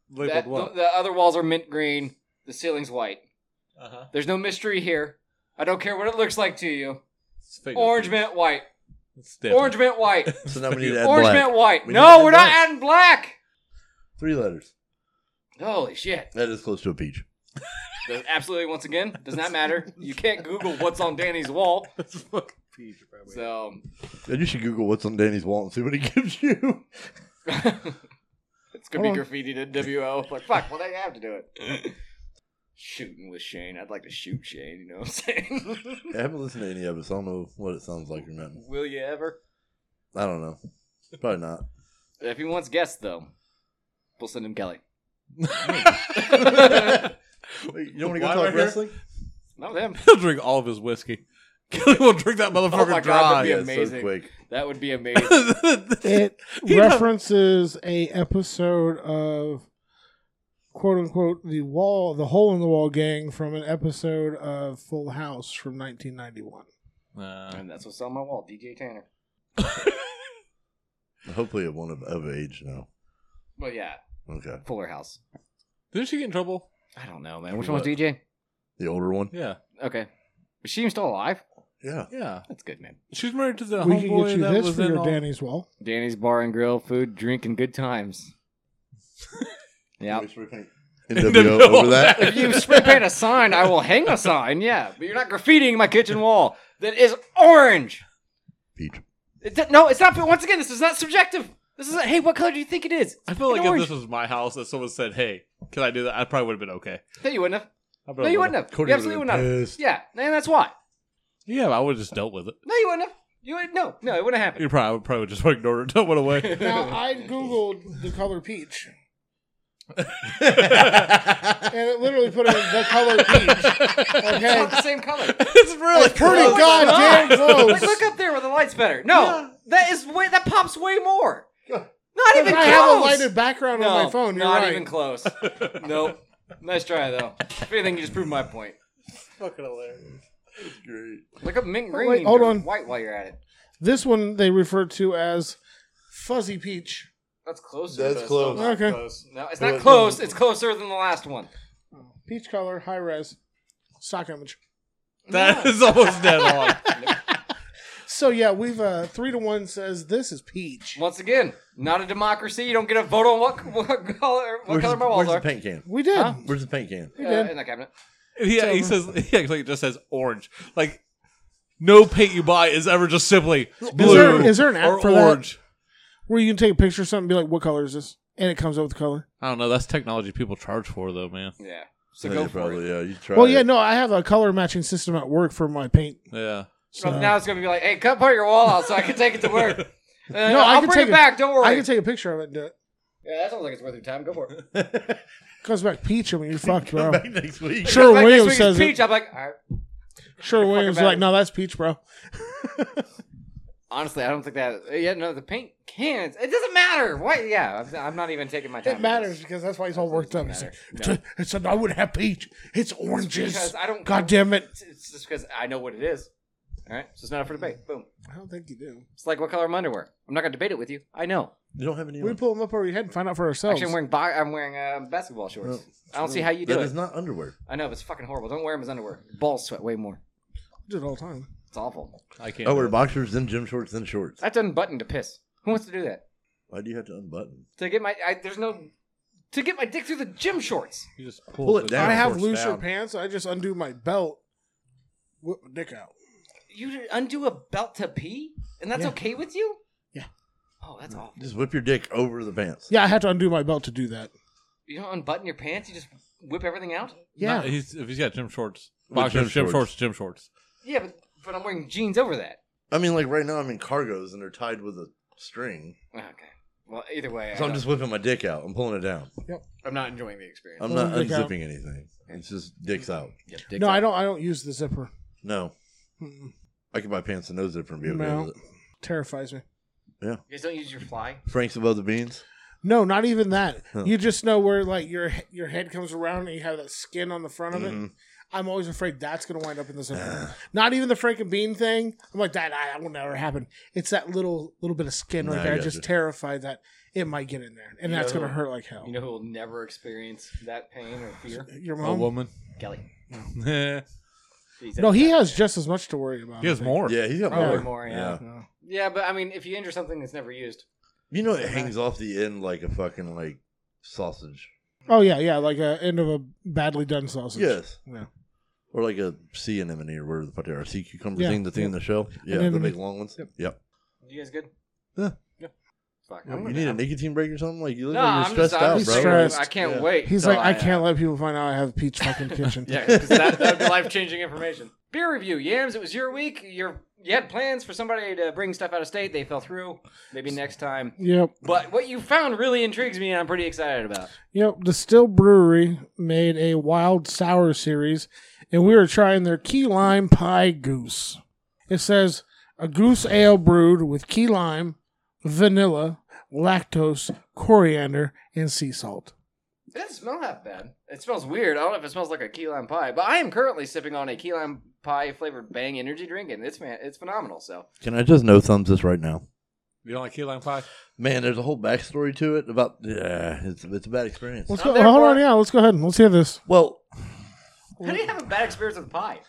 Labeled That- what? The, the other walls are mint green. The ceiling's white. uh-huh. There's no mystery here. I don't care what it looks like to you. It's Fago Orange peach. mint white. It's different. Orange mint white. So now we need to add orange black. mint white. We need to no, add we're not black. adding black. Three letters. Holy shit. That is close to a peach. Does- Absolutely, once again, does not matter. You can't Google what's on Danny's wall. It's fucking peach, probably. So And you should Google what's on Danny's wall and see what it gives you. it's gonna Hold be on. graffitied at WO. Like fuck, well they have to do it. Shooting with Shane. I'd like to shoot Shane, you know what I'm saying? I haven't listened to any of it, so I don't know what it sounds like or nothing. Will you ever? I don't know. Probably not. If he wants guests though, we'll send him Kelly. Wait, you don't want Why to go talk we're here? wrestling? Not him. He'll drink all of his whiskey. Kelly will drink that motherfucker Oh my God, dry. that'd be Yeah, it's amazing. so quick. That would be amazing. It He don't- references a episode of quote unquote the wall the hole in the wall gang from an episode of Full House from nineteen ninety one. Uh, and that's what's on my wall, DJ Tanner. Hopefully, it won't have of age now. Well yeah, Okay. Fuller House. didn't she get in trouble? I don't know, man. Which For one's what? DJ? The older one? Yeah. Okay. Is she even still alive? Yeah. Yeah. That's good, man. She's married to the We can homeboy get you that this was for in your all... Danny's wall. Danny's bar and grill, food, drink, and good times. yeah. NWO over that? If you spray paint a sign, I will hang a sign. Yeah, but you're not graffitiing my kitchen wall that is orange. Peach. It d- no, it's not. Once again, this is not subjective. This is hey, what color do you think it is? I feel It's like if orange. this was my house and someone said, "Hey, can I do that?" I probably would have been okay. No, you wouldn't have. I No, you wouldn't have. you absolutely would would've been not. Have. pissed. Yeah, and that's why. Yeah, I would have just dealt with it. No, you wouldn't have. You would no, no, it wouldn't have You happened. probably I would probably just ignored it, don't went away. Now I googled the color peach, and it literally put in the color peach. It's Okay, not the same color. it's really pretty close. goddamn close. Like, look up there where the light's better. No, that is way that pops way more. Not even I close. have a lighted background no, on my phone. You're not right. even close. nope. Nice try though. If anything, you just proved my point. Fucking hilarious. Look up mint green. Oh, wait, hold or on. White while you're at it. This one they refer to as fuzzy peach. That's close. That's close. Okay. No, it's not close. It's closer than the last one. Peach color, high res, stock image. That is almost dead on. So yeah, we've uh three to one says this is peach. Once again, not a democracy. You don't get a vote on what, what color, what Where's, color the- my walls where's are. the paint can? We did. Where's the paint can? We Uh, did. in that cabinet. Yeah, he says he actually just says orange. Like no paint you buy is ever just simply blue there- is there an app or for that? orange. Where you can take a picture of something and be like, what color is this? And it comes up with the color. I don't know. That's technology people charge for, though, man. Yeah. So Yeah, go Oh, you for probably, it. Yeah, you try. Well, yeah, it. no, I have a color matching system at work for my paint. Yeah. So Well, now it's gonna be like, hey, cut part of your wall out so I can take it to work. Uh, no, I I'll can bring take it it. back. Don't worry. I can take a picture of it and do it. yeah, that sounds like it's worth your time. Go for it. Comes back peach. I mean, you're fucked, bro. Back next week. Sure, Like, next week Williams is says peach. it. I'm like, all right. Sure, Williams is about like, it. no, that's peach, bro. honestly, I don't think that. Yeah, no, the paint cans. It doesn't matter. What? Yeah, I'm- I'm not even taking my time. It with matters this. because that's why he's all worked up. He's like, Doesn't it's, matter. a, it's a, I would have peach. It's oranges. Because I don't- God damn it. It's, it's just because I know what it is. All right, so it's not up for debate. Boom. I don't think you do. It's like what color my underwear. I'm not gonna debate it with you. I know. You don't have any. We on. pull them up over your head and find out for ourselves. Actually, I'm wearing bo- I'm wearing uh, basketball shorts. I don't see how you do That it. is not underwear. I know, but it's fucking horrible. Don't wear them as underwear. Balls sweat way more. do it all the time. It's awful. I can't. I do wear that. Oh, boxers, then gym shorts, then shorts. I have to unbutton to piss. Who wants to do that? Why do you have to unbutton? To get my I, there's no to get my dick through the gym shorts. You just Pull it the down. I have shorts looser down. pants. I just undo my belt, whip my dick out. You undo a belt to pee, and that's Yeah. okay with you? Yeah. Oh, that's awful. Just whip your dick over the pants. Yeah, I had to undo my belt to do that. You don't unbutton your pants. You just whip everything out. Yeah, Not- he's, if he's got gym shorts, With boxers, gym gym shorts. shorts, gym shorts. Yeah, but but I'm wearing jeans over that. I mean, like right now, I'm in cargos and they're tied with a string. Okay. Well, either way, So I I'm just whipping my dick out. I'm pulling it down. am not enjoying the experience. I'm Pulling not the dick out. unzipping anything. It's just dicks out. Yeah, dick's Oh. No, out. I don't. I don't use the zipper. No, Mm-mm. I could buy pants and no zipper and be okay No. with it. Terrifies me. You guys don't use your fly. Frank's above the beans. No, not even that. Huh. You just know where like your he- your head comes around and you have that skin on the front of it. Mhm. I'm always afraid that's going to wind up in the Ah. zipper. not even the Frank and Bean thing. I'm like that. I, that will never happen. It's that little little bit of skin Nah, right I there. I'm got Just you. terrified that it might get in there, and You that's know- going to hurt like hell. You know who will never experience that pain or fear? your A mom? woman. Kelly. he He's no, he that- has just as much to worry about. has I think. more. Yeah, he's got Probably more. more, yeah. Yeah. Yeah, but I mean, if you injure something that's never used, You know, it hangs off the end like a fucking like sausage. Oh yeah, yeah, like a end of a badly done sausage. Yes. Yeah. Or like a sea anemone E or whatever the fuck they are. Sea cucumber Yeah, thing, the thing in the shell. Yeah, the Anemone. big long ones. Yep. you guys good? Yeah. Yeah. Fuck. You I'm need a gonna- nicotine break or something? Like you look No, like you're I'm stressed just, I'm out, just bro. stressed. I can't Yeah. wait. He's till like, I uh, can't let people find out I have Peach fucking kitchen. Yeah, because that, that would be life changing information. Beer review, yams. It was your week. Your you had plans for somebody to bring stuff out of state. They fell through. Maybe next time. Yep. But what you found really intrigues me, and I'm pretty excited about. Yep. The Still Brewery made a wild sour series, and we were trying their key lime pie goose. It says a goose ale brewed with key lime, vanilla, lactose, coriander, and sea salt. It doesn't smell that bad. It smells weird. I don't know if it smells like a key lime pie, but I am currently sipping on a key lime pie flavored Bang energy drink, and it's man, it's phenomenal. So Can I just no thumbs this right now? You don't like key lime pie? Man, there's a whole backstory to it about yeah, it's it's a bad experience. Let's I'm go. there Hold for on. it. Yeah, let's go ahead and let's hear this. Well, how do you have a bad experience with pie?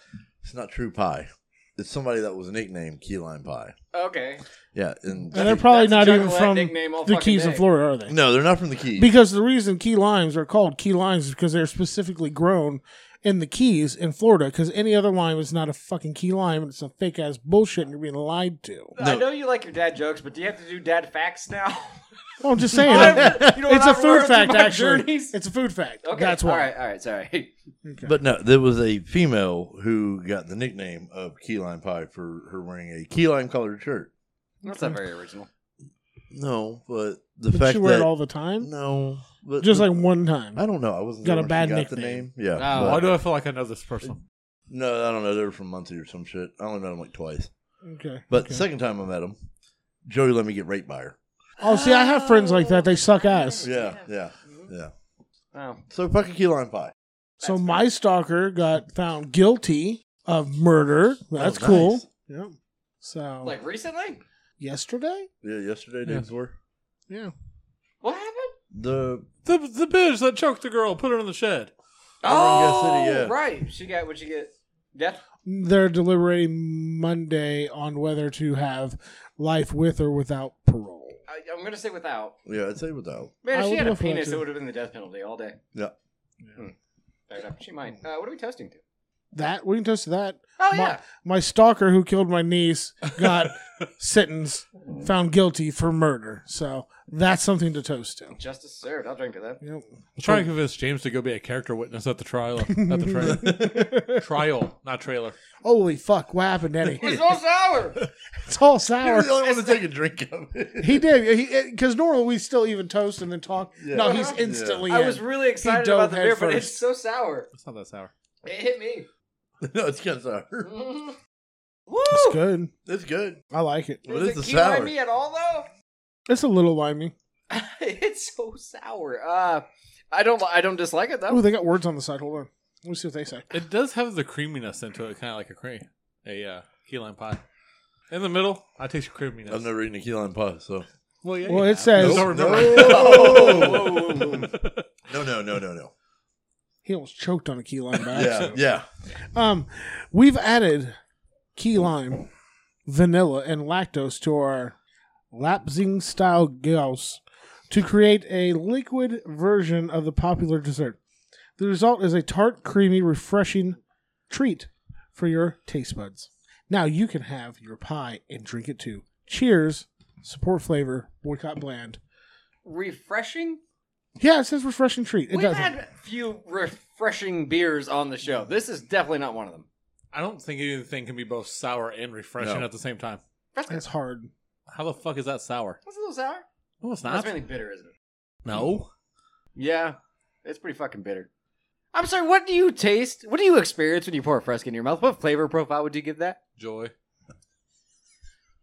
it's not true pie. It's somebody that was nicknamed Key Lime Pie. Okay, Yeah, and And they're probably That's not a even Juggalette from nickname all the fucking Keys in day. Florida, are they? no, they're not from the Keys. Because the reason key limes are called key limes is because they're specifically grown in the Keys in Florida. Because any other lime is not a fucking key lime, and it's a fake ass bullshit, and you're being lied to. I know you like your dad jokes, but do you have to do dad facts now? Well, I'm just saying. I've- you know, it's a I've learned through food fact, my actually. journeys. It's a food fact. Okay, that's all why. right, all right, sorry. But no, there was a female who got the nickname of Key Lime Pie for her wearing a key lime colored shirt. That's not very original. No, but the But fact you wear that it all the time, no, but just the- like one time. I don't know, I wasn't Got there when she a bad got The nickname. name. Yeah, Oh. but- Why do I feel like I know this person? no, I don't know. They were from Muncie or some shit. I only met them like twice. Okay. But okay. the second time I met him, Joey let me get raped by her. oh, see, I have friends like that. They suck ass. Yeah, yeah, yeah. Oh, So fucking key lime pie. So my stalker got found guilty of murder. That's nice. cool. Yep. So Oh, like recently? yesterday. Yeah, yesterday, day Yeah. before. Yeah. What happened? The The the bitch that choked the girl, put her in the shed. Over in Gas City, yeah. Oh, right. She got what she get? Death. they're deliberating Monday on whether to have life with or without parole. I, I'm gonna say without. yeah, I'd say without. Man, if I she would had a go for that, penis, too. it would have been the death penalty all day. Hmm. Yeah. Fair enough. She might. Uh, what are we toasting to? That we can toast to that. Oh My- yeah. My stalker who killed my niece got sentenced, found guilty for murder. So that's something to toast to. Justice served. I'll drink to that. Yep. I'm trying to convince James to go be a character witness at the trial. At the trial, trial, not trailer. Holy fuck! What happened, Eddie? It's all sour. It's all You're sour. the only one to take a drink of it. He did because normally we still even toast and then talk. No, he's instantly. I in. was really excited dove about the head beer, but first. it's so sour. It's not that sour. It hit me. no, it's kind of sour. Mhm. Woo! It's good. It's good. I like it. What Does is it the keep on sour? me at all though? It's a little limey. it's so sour. Uh, I don't. li- I don't dislike it Oh, though. they got words on the side. Hold on. Let me see what they say. It does have the creaminess into it, kind of like a cream, a uh, key lime pie. In the middle, I taste creaminess. I've never eaten a key lime pie, so well, yeah, Well, you it have. says- Don't no, remember. Oh! no, no, no, no, no. He almost choked on a key lime. By Yeah, accident. yeah. Um, we've added key lime, vanilla, and lactose to our lapsing style gauss to create a liquid version of the popular dessert. The result is a tart, creamy, refreshing treat for your taste buds. Now you can have your pie and drink it too. Cheers. Support flavor. Boycott bland. Refreshing. Yeah, it says refreshing treat. It We've does. had a few refreshing beers on the show. This is definitely not one of them. I don't think anything can be both sour and refreshing No. at the same time. That's good. It's hard. How the fuck is that sour? That's a little sour. No, it's That's not. mainly bitter, isn't it? No. Yeah, it's pretty fucking bitter. I'm sorry. What do you taste? What do you experience when you pour Fresca in your mouth? What flavor profile would you give that? Joy.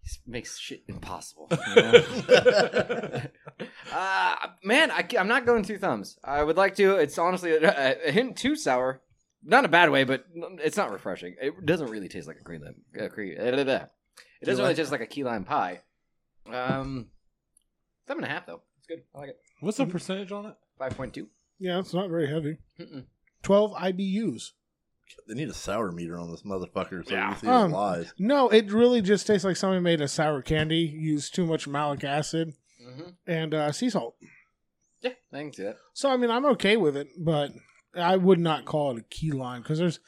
This makes shit impossible. you know? uh, man, I, am not going two thumbs. I would like to. It's honestly a, a hint too sour. Not in a bad way, but it's not refreshing. It doesn't really taste like a green lime. Uh, cre- uh, da, da, da. It doesn't really taste like a key lime pie. Um, seven and a half though. It's good. I like it. What's the percentage on it? Five point two. Yeah, it's not very heavy. Mm-mm. Twelve IBUs. They need a sour meter on this motherfucker so Yeah. you can see his Um, lies. No, it really just tastes like somebody made a sour candy, used too much malic acid Mm-hmm. and uh, sea salt. Yeah, I can see that. So I mean, I'm okay with it, but I would not call it a key lime because there's,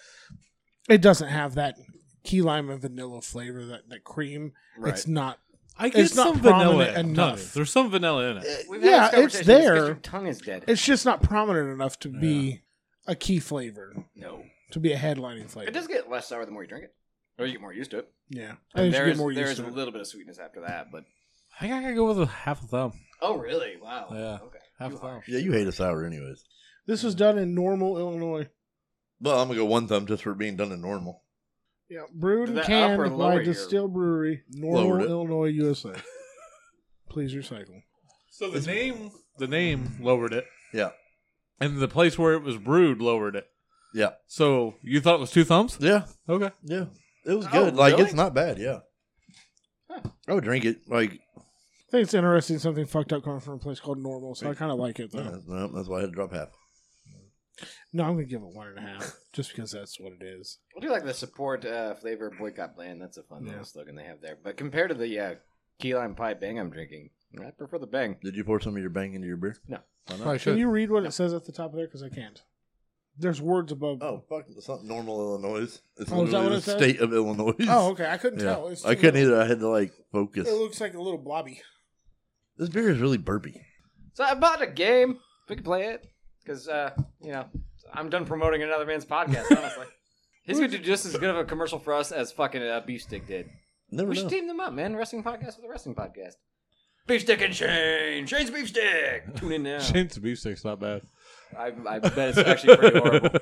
it doesn't have that key lime and vanilla flavor that that cream. It's not. I get It's not some vanilla prominent in it. enough. Nuts. There's some vanilla in it. Uh, We've yeah, had this conversation. This it's there. gets Your tongue is dead. It's just not prominent enough to be a key flavor no, to be a headlining flavor. it does get less sour the more you drink it, or Oh, you get more used to it. Yeah, I And just there Oh, get is more there used is to a it. little bit of sweetness after that, but I think I gotta go with a half a thumb. oh really? Wow. Yeah. Okay. Half You a thumb. Yeah, you hate a sour anyways. This was done in Normal, Illinois. Well, I'm gonna go one thumb just for being done in normal. Yeah, brewed and That upper canned by lower here. Distill Brewery, Lowered Normal, it. Illinois, USA. Please recycle. So the name, the name lowered it, Yeah, and the place where it was brewed lowered it. yeah, So you thought it was two thumbs? yeah, Okay. yeah. It was Oh, good. like really? it's not bad. Yeah, I would drink it. Like I think it's interesting something fucked up coming from a place called Normal, so I kind of like it though. uh, no, that's why I had to drop half. No, I'm gonna give it one and a half, just because that's what it is. I do like the support uh, flavor boycott plan. That's a fun Yeah. little slogan they have there. But compared to the uh, key lime pie bang I'm drinking, I prefer the bang. Did you pour some of your bang into your beer? No. Why not? Probably Can should. you read what it says at the top of there? Because I can't. There's words above. Oh fuck! It's not normal Illinois. It's Oh, is that literally what the it says? state of Illinois. Oh, okay. I couldn't Yeah. tell. It's I too couldn't little. either. I had to like focus. It looks like a little blobby. This beer is really burpy. So I bought a game. We can play it because uh, you know I'm done promoting another man's podcast. Honestly, he's gonna do just as good of a commercial for us as fucking uh, Beefstick did. Never We know. should team them up, man. Wrestling podcast with a wrestling podcast. Beefstick and Shane. Shane's Beefstick. Tune in now. Shane's beef stick's not bad. I, I bet it's actually pretty horrible. Uh,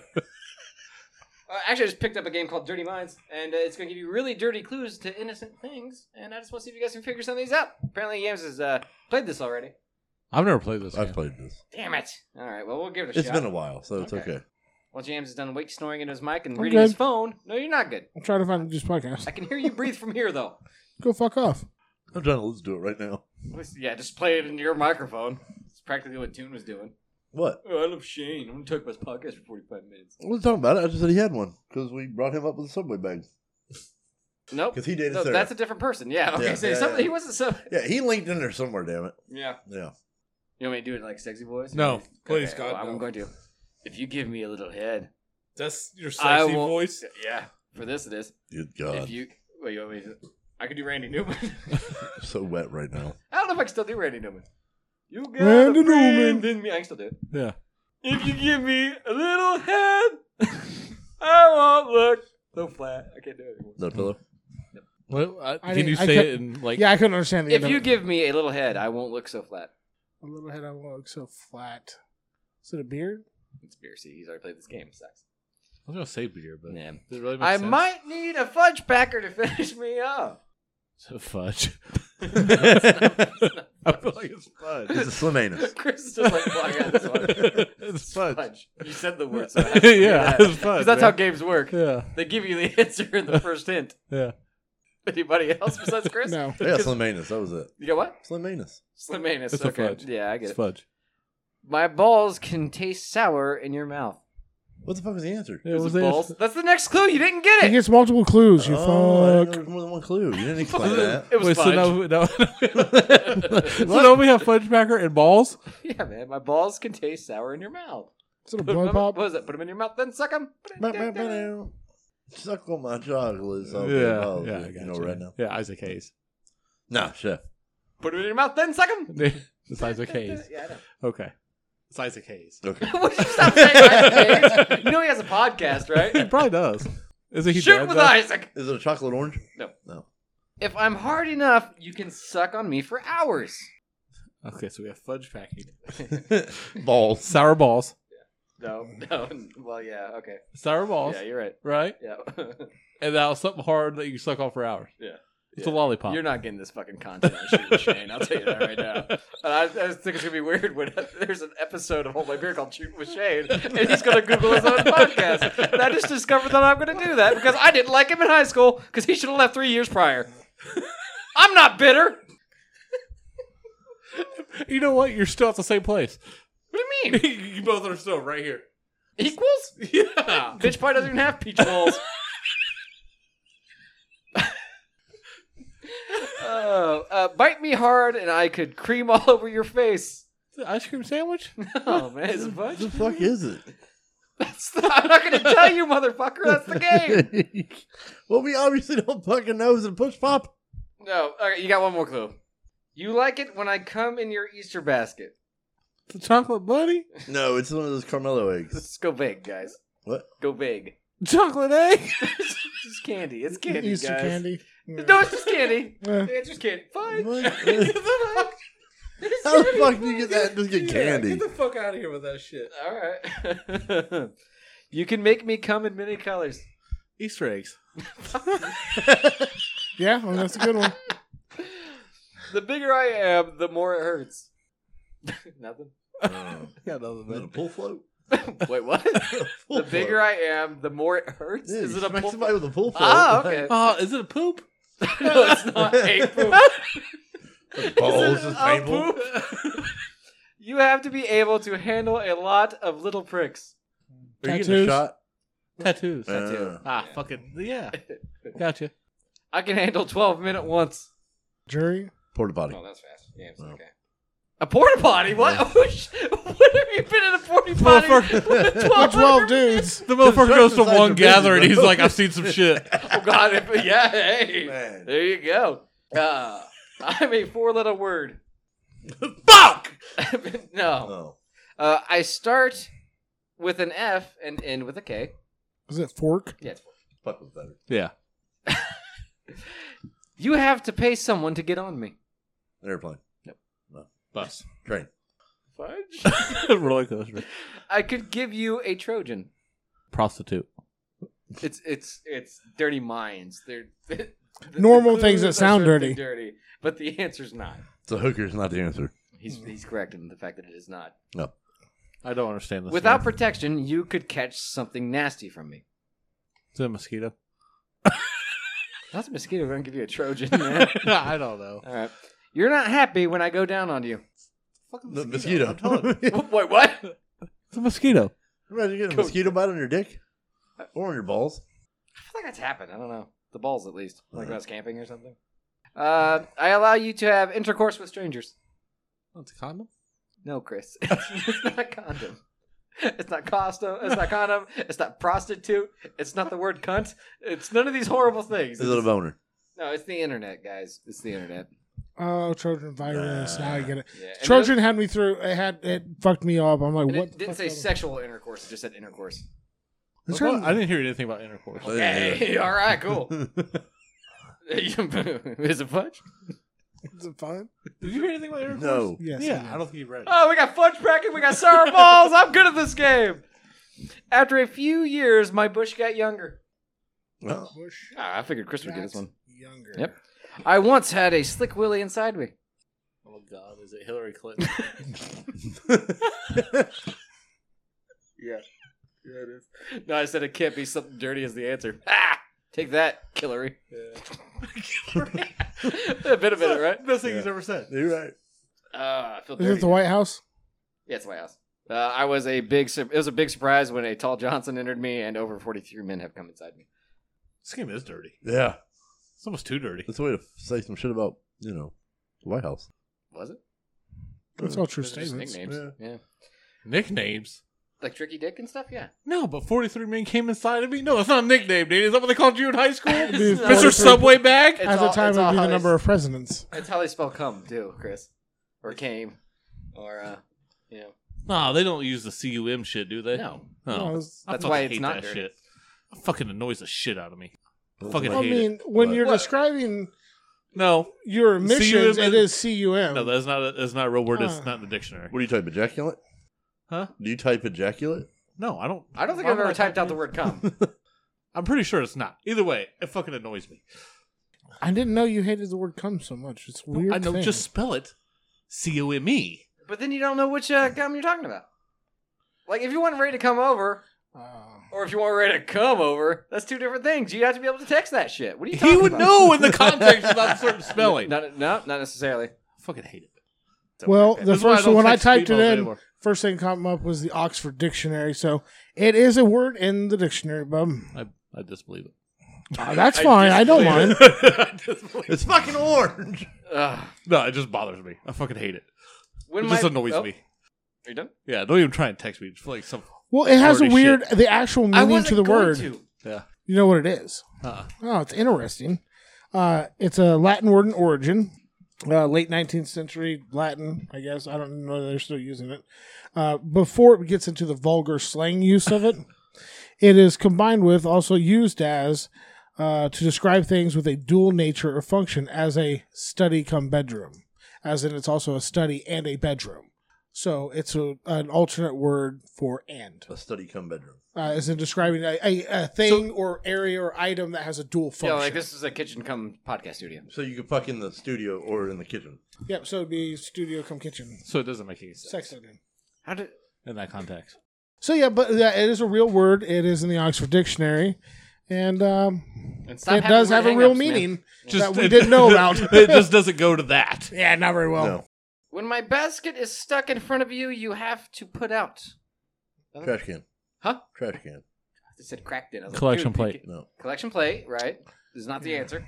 actually, I just picked up a game called Dirty Minds, and uh, it's going to give you really dirty clues to innocent things. And I just want to see if you guys can figure some of these out. Apparently, Yams has uh, played this already. I've never played this. I've game. played this. Damn it! All right, well we'll give it a It's shot. been a while, so it's Okay. okay. While James is done wake snoring into his mic and I'm reading his good. phone. No, you're not good. I'm trying to find this podcast. I can hear you breathe from here though. Go fuck off. I'm trying to listen to it right now. Listen, Yeah, just play it in your microphone. It's practically what Tune was doing. What? Oh, I love Shane. I'm gonna talk about his podcast for 45 minutes. I wasn't talking about it. I just said he had one because we brought him up with a subway bag. Nope. 'Cause he dated no, Sarah. That's a different person. Yeah. Okay. Yeah, so yeah, something, yeah. he wasn't so. Yeah, he linked in there somewhere. Damn it. Yeah. Yeah. You want me to do it like sexy voice? No, Okay, please, God, I'm no. going to. If you give me a little head, That's your I sexy won't- voice. Yeah. For this, it is. Good If God, you, wait, you want me to, I could do Randy Newman. I'm so wet right now. I don't know if I can still do Randy Newman. You got Randy a friend Newman. in me. I can still do it. Yeah. If you give me a little head, I won't look so flat. I can't do it anymore. Hmm. Is that a pillow? Well, I, I can didn't- you I say cou- it in like? yeah, I couldn't understand the If end you of give me a little head, I won't look so flat. it. a little head, I look so flat. Is it a beard? It's beer. See, he's already played this game. It sucks. I was gonna say beer, but Yeah. does it really make I sense? might need a fudge packer to finish me up. fudge. I feel like it's fudge. It's a slim anus. Chris is just like, well, I got this one. it's fudge. Fudge. You said the word, so I have to do yeah, that. it's fudge. Because that's how man. games work. Yeah, They give you the answer in the first hint. yeah. Anybody else besides Chris? No. Yeah, slim anus. That was it. You know what? Slim anus. Slim anus. It's a okay. fudge. Yeah, I get It's it. fudge. My balls can taste sour in your mouth. What the fuck was the answer? Yeah, Is was it it- balls? That's the next clue. You didn't get He it. gets multiple clues. You Oh, I didn't know fuck. there was more than one clue. You didn't explain that. It was Wait, fudge. so now, now so now we have fudge packer and balls. Yeah, man. My balls can taste sour in your mouth. Is it a Put 'em blow in- pop? What is it? Put them in your mouth, then suck them. Bow, bow, bow, bow. Suck on my chocolate. Yeah, So yeah, I you got know you. right now. Yeah, Isaac Hayes. Nah, chef. Put them in your mouth, then suck them. it's Isaac Hayes. Okay, it's Isaac Hayes. Okay. Would you stop saying Isaac Hayes? You know he has a podcast, He right? probably does. Is he Shoot dead, with though? Isaac. Is it a chocolate orange? No. No. If I'm hard enough, you can suck on me for hours. Okay, so we have fudge packing. Balls. Sour balls. No, no. Well, yeah, okay. Sour balls. Yeah, you're right. right? Yeah. And that was something hard that you suck off for hours. Yeah. It's a Yeah. lollipop. You're not getting this fucking content on Shooting Shane. I'll tell you that right now. And I, I just think it's gonna be weird when there's an episode of Hold My Beer called Shooting with Shane, and he's gonna Google his own podcast. And I just discovered that I'm gonna do that because I didn't like him in high school because he should have left three years prior. I'm not bitter. You know what? You're still at the same place. What do you mean? you both are still right here. Equals? Yeah. Bitch pie doesn't even have peach balls. Oh, uh, bite me hard and I could cream all over your face. The ice cream sandwich? Oh man, it's a What fudge. the fuck is it? That's the, I'm not going to tell you, motherfucker. That's the game. well, we obviously don't fucking know. Is it a push pop? No, okay, you got one more clue. You like it when I come in your Easter basket. The chocolate bunny? No, it's one of those Carmelo eggs. Let's go big, guys. What? Go big. Chocolate egg? it's just candy. It's candy, Easter guys. candy. Yeah. No, it's just candy. Eh. it's just candy. Fine. What? It's How the candy. fuck do you get that? and Just get candy. fuck out of here with that shit. All right. you can make me come in many colors. Easter eggs. Yeah, well, that's a good one. The bigger I am, the more it hurts. Nothing. Oh. Yeah, no, Is it a pull float? Wait, what? the bigger I am, the more it hurts. yeah, Is it a smack pull? somebody with a pull float? Ah, okay. Oh, is it a poop? no, it's not a poop. Balls Is it is a painful. poop? you have to be able to handle a lot of little pricks. Are you getting a Tattoos? shot? Tattoos. Uh, Ah, fucking yeah. Gotcha. I can handle 12 men at once. Jury. porta potty. Oh, that's fast. Yeah, it's Wow. okay. A porta potty? What? what have you been in a porta potty? Motherfucker. with Well, 12 twelve dudes. The motherfucker goes to exercise one are busy, gather and bro. he's like, I've seen some shit. Oh God! If, yeah. Hey. Man. There you go. Uh, I'm a four-letter word. Oh. Fuck! no. Oh. Uh, I start with an F and end with a K. Is it fork? Yeah. it's four. Fuck was better. Yeah. You have to pay someone to get on me. An airplane. Bus. Train. Fudge. Roller coaster. I could give you a Trojan. Prostitute. It's it's it's dirty minds. They're the- the Normal things that clues are sound certainly dirty. Dirty, but the answer's not. So hooker's not the answer. He's he's correct in the fact that it is not. I don't understand this. Without man. protection, you could catch something nasty from me. Is it a mosquito? That's a mosquito. We're gonna give you a Trojan, man. I don't know. All right. You're not happy when I go down on you. Fucking The mosquito. Wait, what? It's a mosquito. Imagine getting a Go- mosquito bite on your dick or on your balls. I feel like that's happened. I don't know. The balls, at least. Like when I Alright. was camping or something. Uh, I allow you to have intercourse with strangers. Oh, It's a condom. No, Chris. it's not condom. It's not costume. It's not condom. It's not prostitute. It's not the word cunt. It's none of these horrible things. Is it a boner? no, it's the internet, guys. It's the internet. Oh, Trojan virus. now I get it. Yeah. and Trojan had me through. It had it fucked me up. I'm like, It, and what? it the didn't fuck say was- sexual intercourse. It just said intercourse. That's Well, right. I didn't hear anything about intercourse. Hey, all right, cool. Is it fudge? Is it fun? Did you hear anything about intercourse? No. Yes. Yeah, yeah. I don't think you read it. Oh, we got fudge packing, we got sour balls. I'm good at this game. After a few years, my bush got younger. Well, Bush Ah, I figured Chris would get this Jackson one. Younger. Yep. I once had a slick willy inside me. Oh God, is it Hillary Clinton? No, I said it can't be something dirty as the answer. Ah, take that, Killary. a bit of it, right? Best thing Yeah. he's ever said. you're right. Uh, I feel Is dirty. it the White House? yeah, it's White House. Uh, I was a big. Sur- it was a big surprise when a tall Johnson entered me, and over forty-three men have come inside me. This game is dirty. Yeah. It's almost too dirty. That's a way to say some shit about, you know, the White House. Was it? That's all true Those are just statements. nicknames. Yeah. Nicknames. like tricky dick and stuff. Yeah, No, but 43 men came inside of me. No, that's not a nickname, dude. Is that what they called you in high school? Dude, Mr. Mr. 43 Subway Bag? It's At the all- time, it's it would all be how the they- number of presidents. That's how they spell cum too, Chris. Or came. Or uh you know. No, they don't use the cum shit, do they? No. Oh. No, it's- I That's fucking why it's hate not that dirty. shit. It fucking annoys the shit out of me. Well, Fucking I I hate it. mean, when What? you're What? describing No, Your emissions, CUM it is cum. no, that's not a, that's not a real word. It's Ah. not in the dictionary. What do you type? Ejaculate? Huh? Do you type ejaculate? No, I don't. I don't think why I've would ever I typed type out the in- word cum. I'm pretty sure it's not. Either way, it fucking annoys me. I didn't know you hated the word cum so much. It's a No, weird. I know. thing. Just spell it. C O M E. But then you don't know which uh, cum you're talking about. Like, if you want Ray to come over, Oh. or if you want Ray to come over, that's two different things. You have to be able to text that shit. What are you talking He would about? know in the context about certain spelling. Not, no, not necessarily. I fucking hate it. well, the That's why I first don't when I text typed it females in, anymore. first thing come up was the Oxford Dictionary. So it is a word in the dictionary, bub. I, I disbelieve it. Uh, that's fine. I don't mind. I disbelieve it. It's fucking orange. Ugh. No, it just bothers me. I fucking hate it. When it just my- annoys oh, me. Are you done? Yeah, don't even try and text me. It's like some. Well, it has a Wordy weird the actual I meaning wasn't to the going word. to. Yeah. You know what it is? Uh-uh. Oh, it's interesting. Uh, it's a Latin word in origin, uh, late 19th century Latin, I guess. I don't know. They're still using it. Uh, before it gets into the vulgar slang use of it, it is combined with, also used as, uh, to describe things with a dual nature or function as a study come bedroom, as in it's also a study and a bedroom. So it's a, an alternate word for and A study cum bedroom. uh, as in describing a, a, a thing or area or item that has a dual function. Yeah, like this is a kitchen come podcast studio. So you could fuck in the studio or in the kitchen. Yep, so it'd be studio come kitchen. So it doesn't make any sense Sex editing. How did? in that context. So yeah, but yeah, it is a real word. It is in the Oxford Dictionary, and um, And stop it having does weird have a hang-ups, real man. meaning that Just- we didn't know about. it just doesn't go to that. yeah, not very well. No. When my basket is stuck in front of you, you have to put out. Trash can. Huh? Trash can. It said cracked it. I was Collection like, plate. dude, No. Collection plate, right? Is not the answer.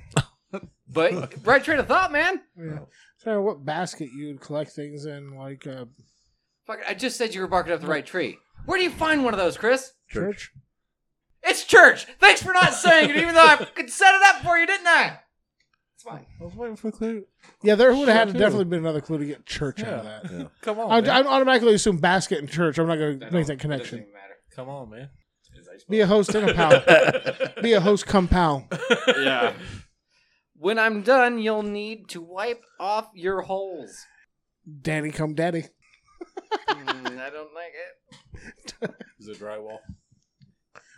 But right train of thought, man. Yeah. So what basket you would collect things in, like uh, Fuck, I just said you were barking up the right tree. Where do you find one of those, Chris? Church. It's church. Thanks for not saying it, even though I could set it up for you, didn't I? It's fine. I was waiting for a clue. yeah, there would have had Sure, to too. definitely been another clue to get church out of that. Yeah. Come Oh, on, I, man. I automatically assume basket and church. I'm not going to make that Doesn't connection. even matter. come on, man. Be a host and a pal. be a host, come pal. Yeah. When I'm done, you'll need to wipe off your holes. Daddy come daddy. Mm, I don't like it. Is it drywall?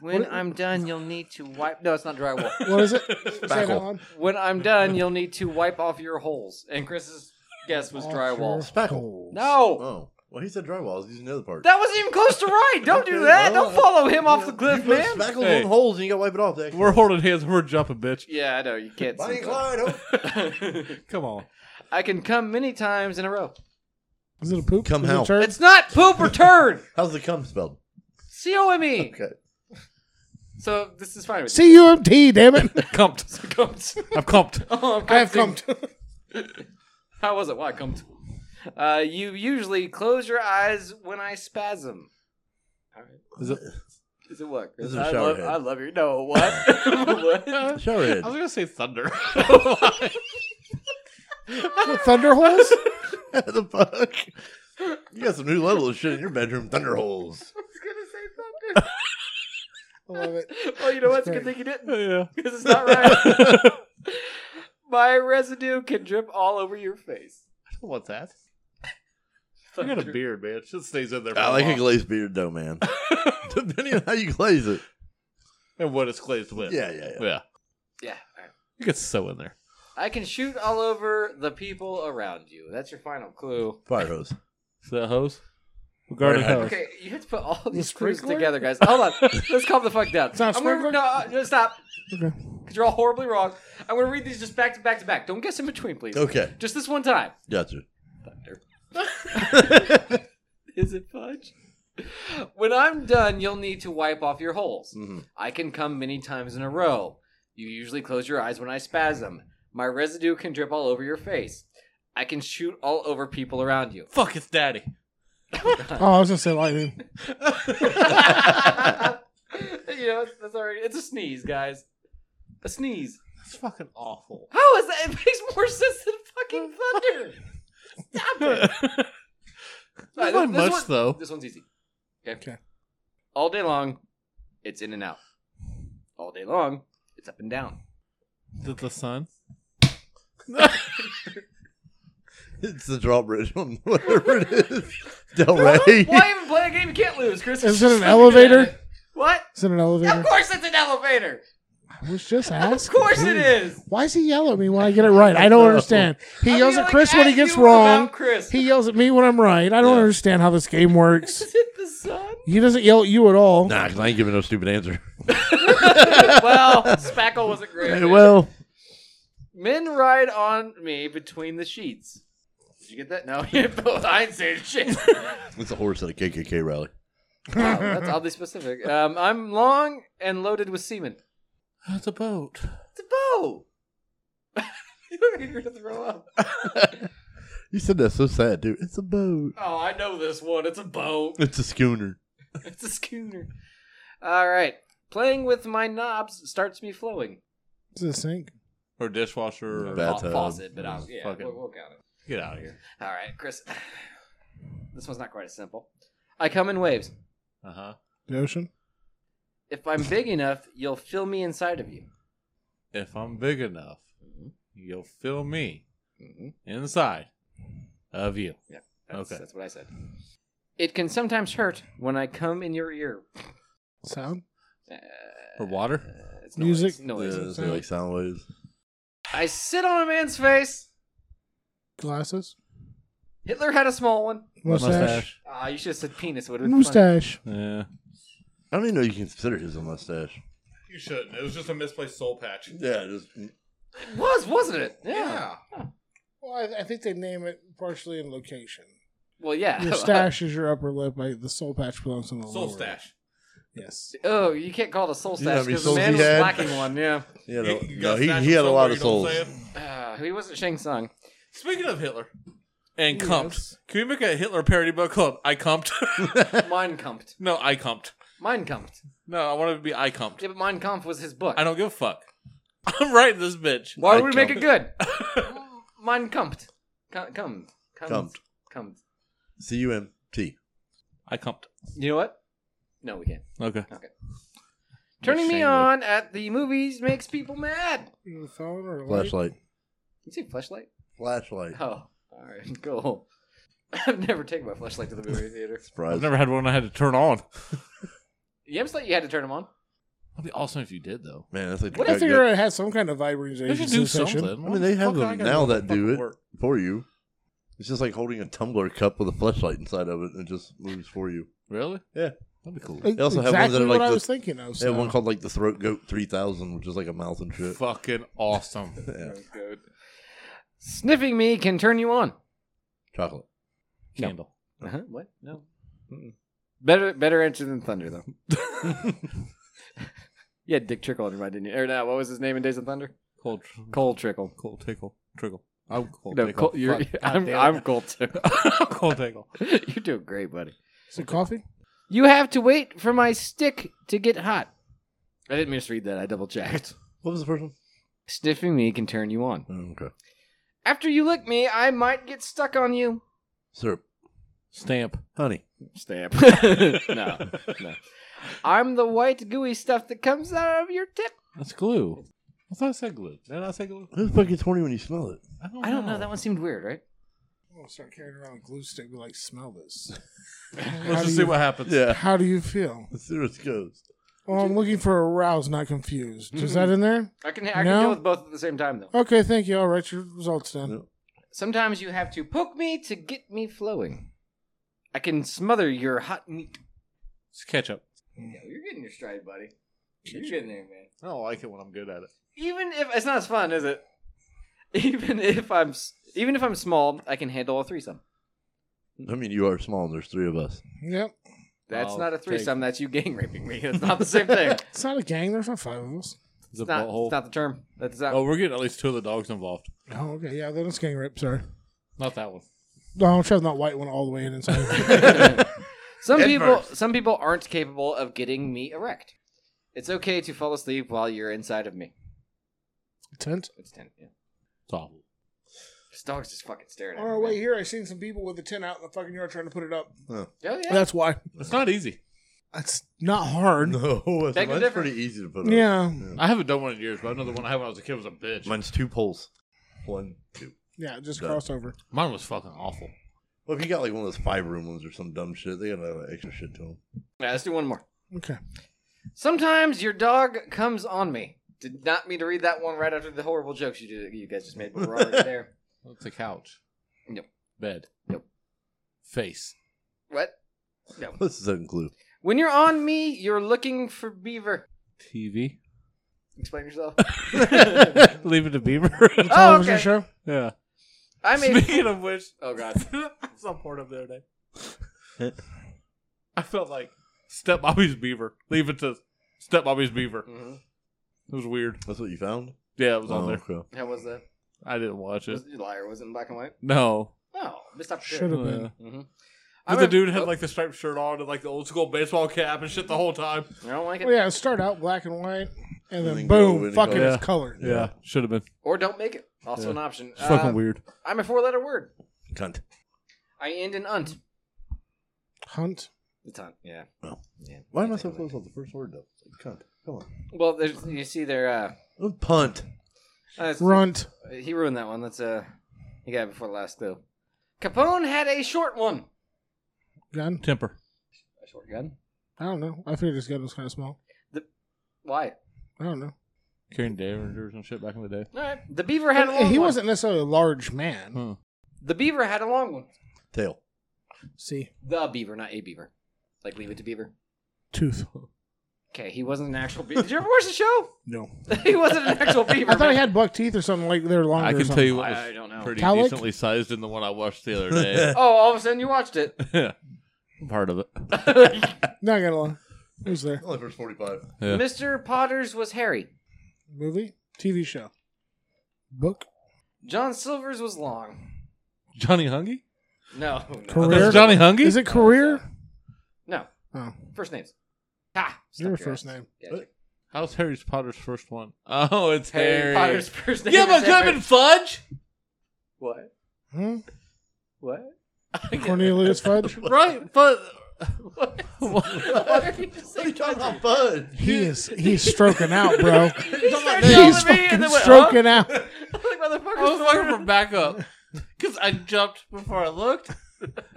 When I'm done, you'll need to wipe. No, it's not drywall. What is it? Say that Spackle. one. when I'm done, you'll need to wipe off your holes. And Chris's guess was drywall. Spackle. No, Oh. Well, he said drywall. I was using the other part. that wasn't even close to right. Don't do Okay, that. well, Don't follow him off the you cliff, put man. Spackles Hey. on holes and you got to wipe it off. Dick. We're holding hands. We're jumping, bitch. Yeah, I know you can't. Bonnie see and that. Clyde. Oh. Come on. I can come many times in a row. Is it a poop? Come Is it a how? turd? It's not poop or turd. How's the cum spelled? C O M E. Okay. So this is fine with C-U-M-T, damn it. Cumped. you. Cumped. I've cumped. Oh, I'm I have come cumping. to. How was it? Why cumped? Uh, you usually close your eyes when I spasm. Is it- Is it what? Chris? This is a I shower love, head. I love your. No, what? what? Showerhead. I was gonna say thunder. Thunderholes? the fuck? You got some new level of shit in your bedroom. Thunderholes. I love it. Well, you know what? It's a good That's thing you didn't. yeah. Because it's not right. My residue can drip all over your face. What's that? I got a beard, man. It just stays in there. For I a like a while. glazed beard though, man. Depending on how you glaze it. and what it's glazed with. Yeah, yeah, yeah. yeah. Yeah. all right. It gets so in there. I can shoot all over the people around you. That's your final clue. Fire hose. Is that a hose? Garden Alright. hose. Okay, you have to put all these clues sprinkler? together, guys. Hold on. Let's calm the fuck down. not a I'm gonna- sprinkler? no, uh, no, stop. Okay. Because you're all horribly wrong. I'm going to read these just back to back to back. Don't guess in between, please. Okay. Just this one time. Gotcha. Thunder. Is it fudge? When I'm done, you'll need to wipe off your holes. Mhm. I can come many times in a row. You usually close your eyes when I spasm. My residue can drip all over your face. I can shoot all over people around you. Fuck it's daddy. Oh, I was going to say lightning. you know, that's already. It's a sneeze, guys. A sneeze. That's fucking awful. How is that? It makes more sense than fucking thunder. Stop it. Not Alright, much one- though. This one's easy. Okay. Okay. All day long, it's in and out. All day long, it's up and down. The, the sun. It's the drawbridge on whatever it is. Del Rey. Why even play a game you can't lose, Chris? Is it an elevator? What? Is it Of an elevator? course it's an elevator. I was just Of asking. course it dude. is. Why does he yell at me when I get it right? I don't understand. He I'm yells at yelling Chris when he at gets you about wrong. Chris. He yells at me when I'm right. I don't Yeah. understand how this game works. Is it the sun? He doesn't yell at you at all. Nah, 'cause I ain't giving no stupid answer. Well, Spackle wasn't great. Hey, man. well, men ride on me between the sheets. Did you get that? No, I ain't saying shit. it's a horse at a KKK rally. Wow, that's oddly specific. Um, I'm long and loaded with semen. That's a boat. It's a bow. You're gonna throw up. You said that so sad, dude. It's a boat. Oh, I know this one. It's a bow. It's a schooner. It's a schooner. All right. Playing with my knobs starts me flowing. It's a sink. Or dishwasher. Or Bad. Fa- Bathtub. Faucet, but I'll, yeah, Fucking- we'll, we'll count it. Get out of here. All right, Chris. This one's not quite as simple. I come in waves. Uh huh. The ocean. If I'm big enough, you'll fill me inside of you. If I'm big enough, you'll feel me inside of you. Yeah, that's, Okay. that's what I said. It can sometimes hurt when I come in your ear. Sound. Or water. Uh, It's Music? Noise. Yeah, noise. it's like sound waves. I sit on a man's face. Glasses. Hitler had a small one. Mustache. Ah, you should have said penis. Would have been funny. Mustache. Yeah. I don't even know you can consider his a mustache. You shouldn't. It was just a misplaced soul patch. Yeah, just It was, wasn't it? Yeah. Well, I, I think they name it partially in location. Well, yeah. Your stash is your upper lip. I, the soul patch belongs on the lower. lip. Yes. oh, you can't call it a soul You know how stash many because the souls man he was had? lacking one. Yeah. You- yeah. No, you no, got he, snatched he had a from lot of souls. somewhere, you know what I'm saying? Uh, he wasn't Shang Tsung. Speaking of Hitler and cumped, can we make a Hitler parody book called I Cumped? Mein Kampf. no, I Cumped. Mein Kampf. No, I want it to be I Cumped. Yeah, but Mein Kampf was his book. I don't give a fuck. I'm writing this bitch. Why would we I make it good? mein Kampf. Come, come, Cumped. come. C U M T. I Cumped. You know what? No, we can't. Okay. Turning me Shane would. on at the movies makes people mad. You have a phone or a light? Flashlight. You see flashlight? Flashlight. Oh, all right, cool. I've never taken my flashlight to the movie theater. Surprise. I've never had one I had to turn on. You ever thought you had to turn them on? That'd be awesome if you did, though. Man, that's like the What I gut- figure gut- it has some kind of vibration. They should do something. I mean, they have them now that do it for you. It's just like holding a tumbler cup with a flashlight inside of it and it just moves for you. Really? Yeah. That'd be cool. They also have ones exactly that are what like I the- was thinking of. They have so. one called like the Throat Goat 3000, which is like a mouth and shit. Fucking awesome. Yeah. Sniffing me can turn you on. Chocolate. Candle. Uh-huh. What? No. Better, better answer than Thunder, though. yeah, Dick Trickle in your mind, didn't you? Or no, what was his name in Days of Thunder? Cold. tr- Cole Trickle. Cold tickle. Trickle. I'm cold No, tickle. Cole, you're, Fuck. I'm, God I'm Cole Trickle. damn it. cold tickle. you're doing great, buddy. Is it coffee? You have to wait for my stick to get hot. I didn't misread that. I double checked. What was the first one? Sniffing me can turn you on. Oh, okay. After you lick me, I might get stuck on you. Syrup. Stamp. Honey. Stamp. no, no. I'm the white gooey stuff that comes out of your tip. That's glue. I thought I said glue. Did I say glue? Who's fucking 20 when you smell it? I don't know. That one seemed weird, right? I'm gonna start carrying around a glue stick. Be like, smell this. Let's do just see you- what happens. Yeah. How do you feel? Let's see where it goes. Well, I'm looking for aroused, not confused. Is Mm-hmm. that in there? I can I can No. deal with both at the same time though. Okay, thank you. All right, your results done. No. Sometimes you have to poke me to get me flowing. I can smother your hot meat. It's ketchup. Yeah, you're getting your stride, buddy. You're getting there, man. I don't like it when I'm good at it. even if it's not as fun, is it? Even if I'm s- even if I'm small, I can handle a threesome. I mean, you are small and there's three of us. Yep. That's I'll not a take- threesome. That's you gang raping me. It's not the same thing. It's It's not a gang. There's not five of us. It's a not, butthole. it's not the term. That's not. Oh, we're getting at least two of the dogs involved. Oh, okay. Yeah, then it's gang rape. Sorry. Not that one. No, I'm shoving that white one all the way in inside. some head people first. some people aren't capable of getting me erect. It's okay to fall asleep while you're inside of me. Tent. It's ten. Yeah. It's awful. This dog's just fucking staring at me. Oh wait, man. here I seen some people with a tent out in the fucking yard trying to put it up. Oh yeah. That's why. It's not easy. That's not hard. No, that's, Beg the mine's difference. pretty easy to put up. Yeah. I haven't done one in years, but another one I had when I was a kid was a bitch. Mine's two poles. One, two. Yeah, just Done. crossover. Mine was fucking awful. Well, if you got like one of those five room ones or some dumb shit, they got another extra shit to them. Yeah, let's do one more. Okay. Sometimes your dog comes on me. Did not mean to read that one right after the horrible jokes you did, you guys just made. But we're already there. It's a couch. Nope. Bed. Nope. Face. What? This is a clue. When you're on me, you're looking for beaver. TV. Explain yourself. Leave it to Beaver. Television okay. show. yeah. I made. Speaking of which, Oh god. I saw porn up the other day. I felt like Step Bobby's Beaver. Leave it to Step Bobby's Beaver. Mhm. It was weird. That's what you found? Oh, Yeah, it was on there. okay. How was that? I didn't watch Oh. it. Was, you liar. Was it in black and white? Oh, No. No, missed Should Oh, opportunity. have been. Mm-hmm. But the dude had like the striped shirt on and like the old school baseball cap and shit the whole time. I don't like it. Well, Oh, yeah, start out black and white, and then then go boom, any fucking color. it's colored. Yeah, should have been. Or don't make it. Also Yeah. an option. It's fucking Uh, weird. I'm a four-letter word. Cunt. I end in unt. Hunt. It's unt. Yeah. Oh. Yeah. Why am I so close on the first word, though? Cunt. Come on. Well, there's, you see, there. Uh, Oh, Punt. uh, it's- Runt. he ruined that one. That's uh, he got it before the last clue. Capone had a short one. Gun. Temper. A short gun. I don't know. I figured this gun was kind of small. Why? I don't know. Carrying Davengers and shit back in the day. All right. The beaver had a long. But he one. wasn't necessarily a large man. Hmm. The beaver had a long one. Tail. See, The beaver, not a beaver. Like leave it to beaver. tooth. Okay, he wasn't an actual beaver. Did you ever watch the show? No. he wasn't an actual beaver. I thought he man. had buck teeth or something like they're longer. I or can something. tell you what I, I was don't know. pretty Cowlick? decently sized in the one I watched the other day. Oh, all of a sudden you watched it. Part of it. Not gonna lie. It was there. Only first 45. Yeah. Mr. Potter's was hairy. Movie, TV show, book, John Silver's was long. Johnny Hungy? No. No. career. That's Johnny Hungy? Is it career? no. Oh, First names. Ha! Stuck your first ass. name. Gotcha. How's Harry Potter's first one? Oh, it's Harry Harry. Potter's first name. yeah, is but could have Harry. been Fudge. What? Hmm? What? Cornelius Fudge. Right, but What? What? are you just saying? Talking about Bud. He is. He's stroking out, bro. He started yelling He's at me fucking and then went, huh? stroking out. Like, I motherfucker, was looking for backup because I jumped before I looked.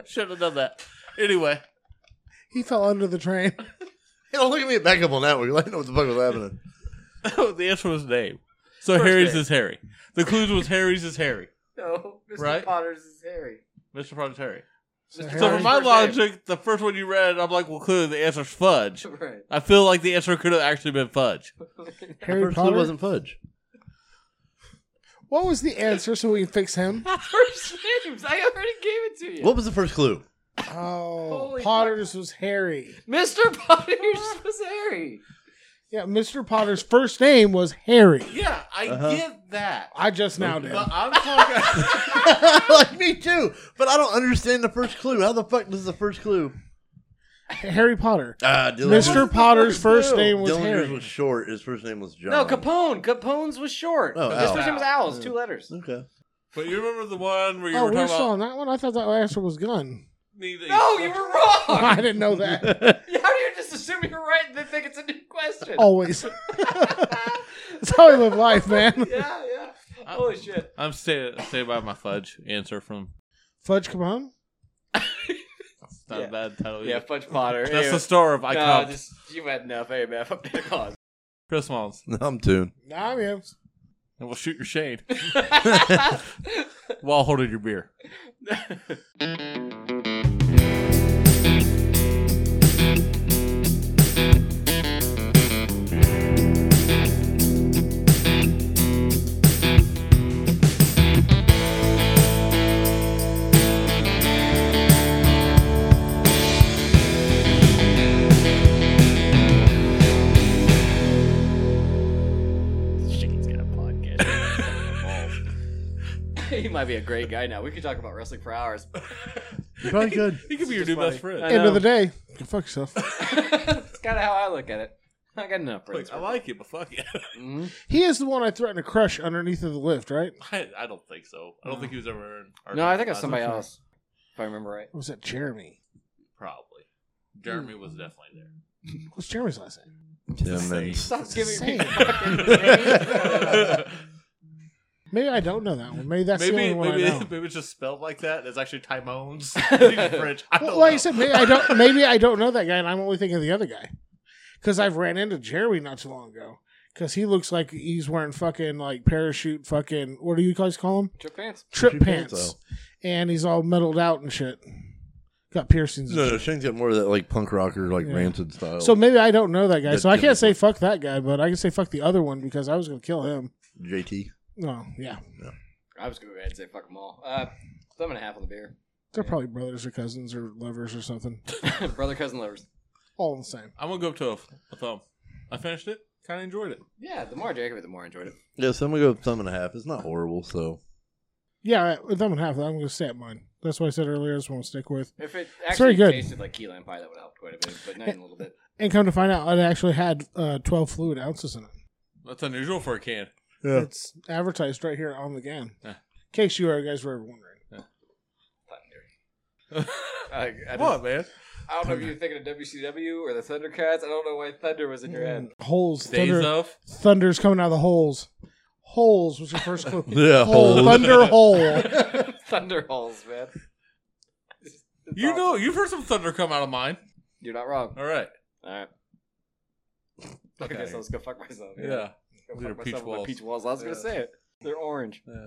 Should have done that. Anyway, He fell under the train. Hey, don't look at me back up on that one. 'cause I didn't know what the fuck was happening. Oh, the answer was name. So First Harry's name. is Harry. The clues was Harry's is Harry. No, Mr. Right? Potter's is Harry. Mr. Potter's Harry. So So So Harry- for my First name. logic, the first one you read, I'm like, well, clearly the answer's Fudge. Right. I feel like the answer could have actually been Fudge. The Harry first clue Potter. wasn't fudge. What was the answer so we can fix him? First names. I already gave it to you. What was the first clue? Oh, Holy Potter's was Harry. Mr. Potter's was Harry. Yeah, Mr. Potter's first name was Harry. Yeah, I Uh-huh. get that. I just now did. Uh, I'm talking. like me too, but I don't understand the first clue. How the fuck does the first clue? Harry Potter. Uh, Mr. Potter's first name was Harry. was short. His first name was John. No, Capone. Capone's was short. Oh, His Al. first name was Owls. Two letters. Okay. but you remember the one where you oh, were we talking are still about on that one. I thought that answer was gun. need a- No, you were wrong. I didn't know that. How do you just assume you're right and then think it's a new question? Always. That's how we live life, man. Yeah, yeah. Holy shit. I'm staying stay by my fudge answer from Fudge Capone. it's not Yeah. a bad title. Yeah, either. Fudge Potter. that's the star of I no, Cop. just, you've had enough. Hey, man, fuck the cause. Chris Mullins. No, I'm tuned. Nah, and man. we'll shoot your shade while holding your beer. Chicken's got a podcast. he might be a great guy now. We could talk about wrestling for hours. You're probably good. He could be your new best friend. I End of know. the day. Go fuck yourself. That's kind of how I look at it. I got enough friends. Like, I like it, but fuck it. Mhm. He is the one I threatened to crush underneath of the lift, right? I, I don't think so. I don't think he was ever in. our No, I think it was class. somebody else, if I remember right. Or was that Jeremy? Probably. Jeremy was definitely there. What's Jeremy's last name? Timmons. Stop giving me Same. fucking names. Maybe I don't know that one. Maybe that's the Maybe only one maybe, I know. maybe it's just spelled like that. It's actually Timones. in French. I Well, don't like I know. said, maybe I don't. Maybe I don't know that guy, and I'm only thinking of the other guy because I've ran into Jeremy not too long ago because he looks like he's wearing fucking like parachute fucking what do you guys call him Took pants. trip Parachute pants, pants, and he's all metaled out and shit. Got piercings. And No, shit. no, Shane's got more of that like punk rocker, like Yeah. rancid style. So maybe I don't know that guy, That's so I different. can't say fuck that guy, but I can say fuck the other one because I was gonna kill him. JT. Oh yeah, I was gonna go ahead and say fuck them all. Uh, seven and a half on the beer. they're probably brothers or cousins or lovers or something. Brother, cousin, lovers. All the same. I'm gonna go up to a, f- a thumb. I finished it. Kind of enjoyed it. Yeah, the more I drank of it, the more I enjoyed it. Yeah, so I'm gonna go with thumb and a half. It's not horrible, so Yeah, I- I'm gonna have that. I'm gonna stay at mine. That's what I said earlier. That's what I'm gonna stick with. If it very actually good. tasted like key lime pie, that would help quite a bit, but not even a little bit. And come to find out, it actually had uh, 12 fluid ounces in it. That's unusual for a can. yeah. It's advertised right here on the can. In Yeah. case you are, guys were ever wondering. I, I, just- What man? I don't know if you're thinking of WCW or the Thundercats. I don't know why Thunder was in your head. Mm. Holes. Days Thunder, of thunder's coming out of the holes. Holes was your first clue. Yeah, Hole, holes. Thunder hole. Thunder holes, man. It's Mm. you awful. know you've heard some thunder come out of mine. You're not wrong. All right. All right. Look at Okay. this. I was gonna fuck myself. Yeah. Go These are fuck peach myself with my balls. peach walls. I was gonna Yeah. say it. They're orange. Yeah.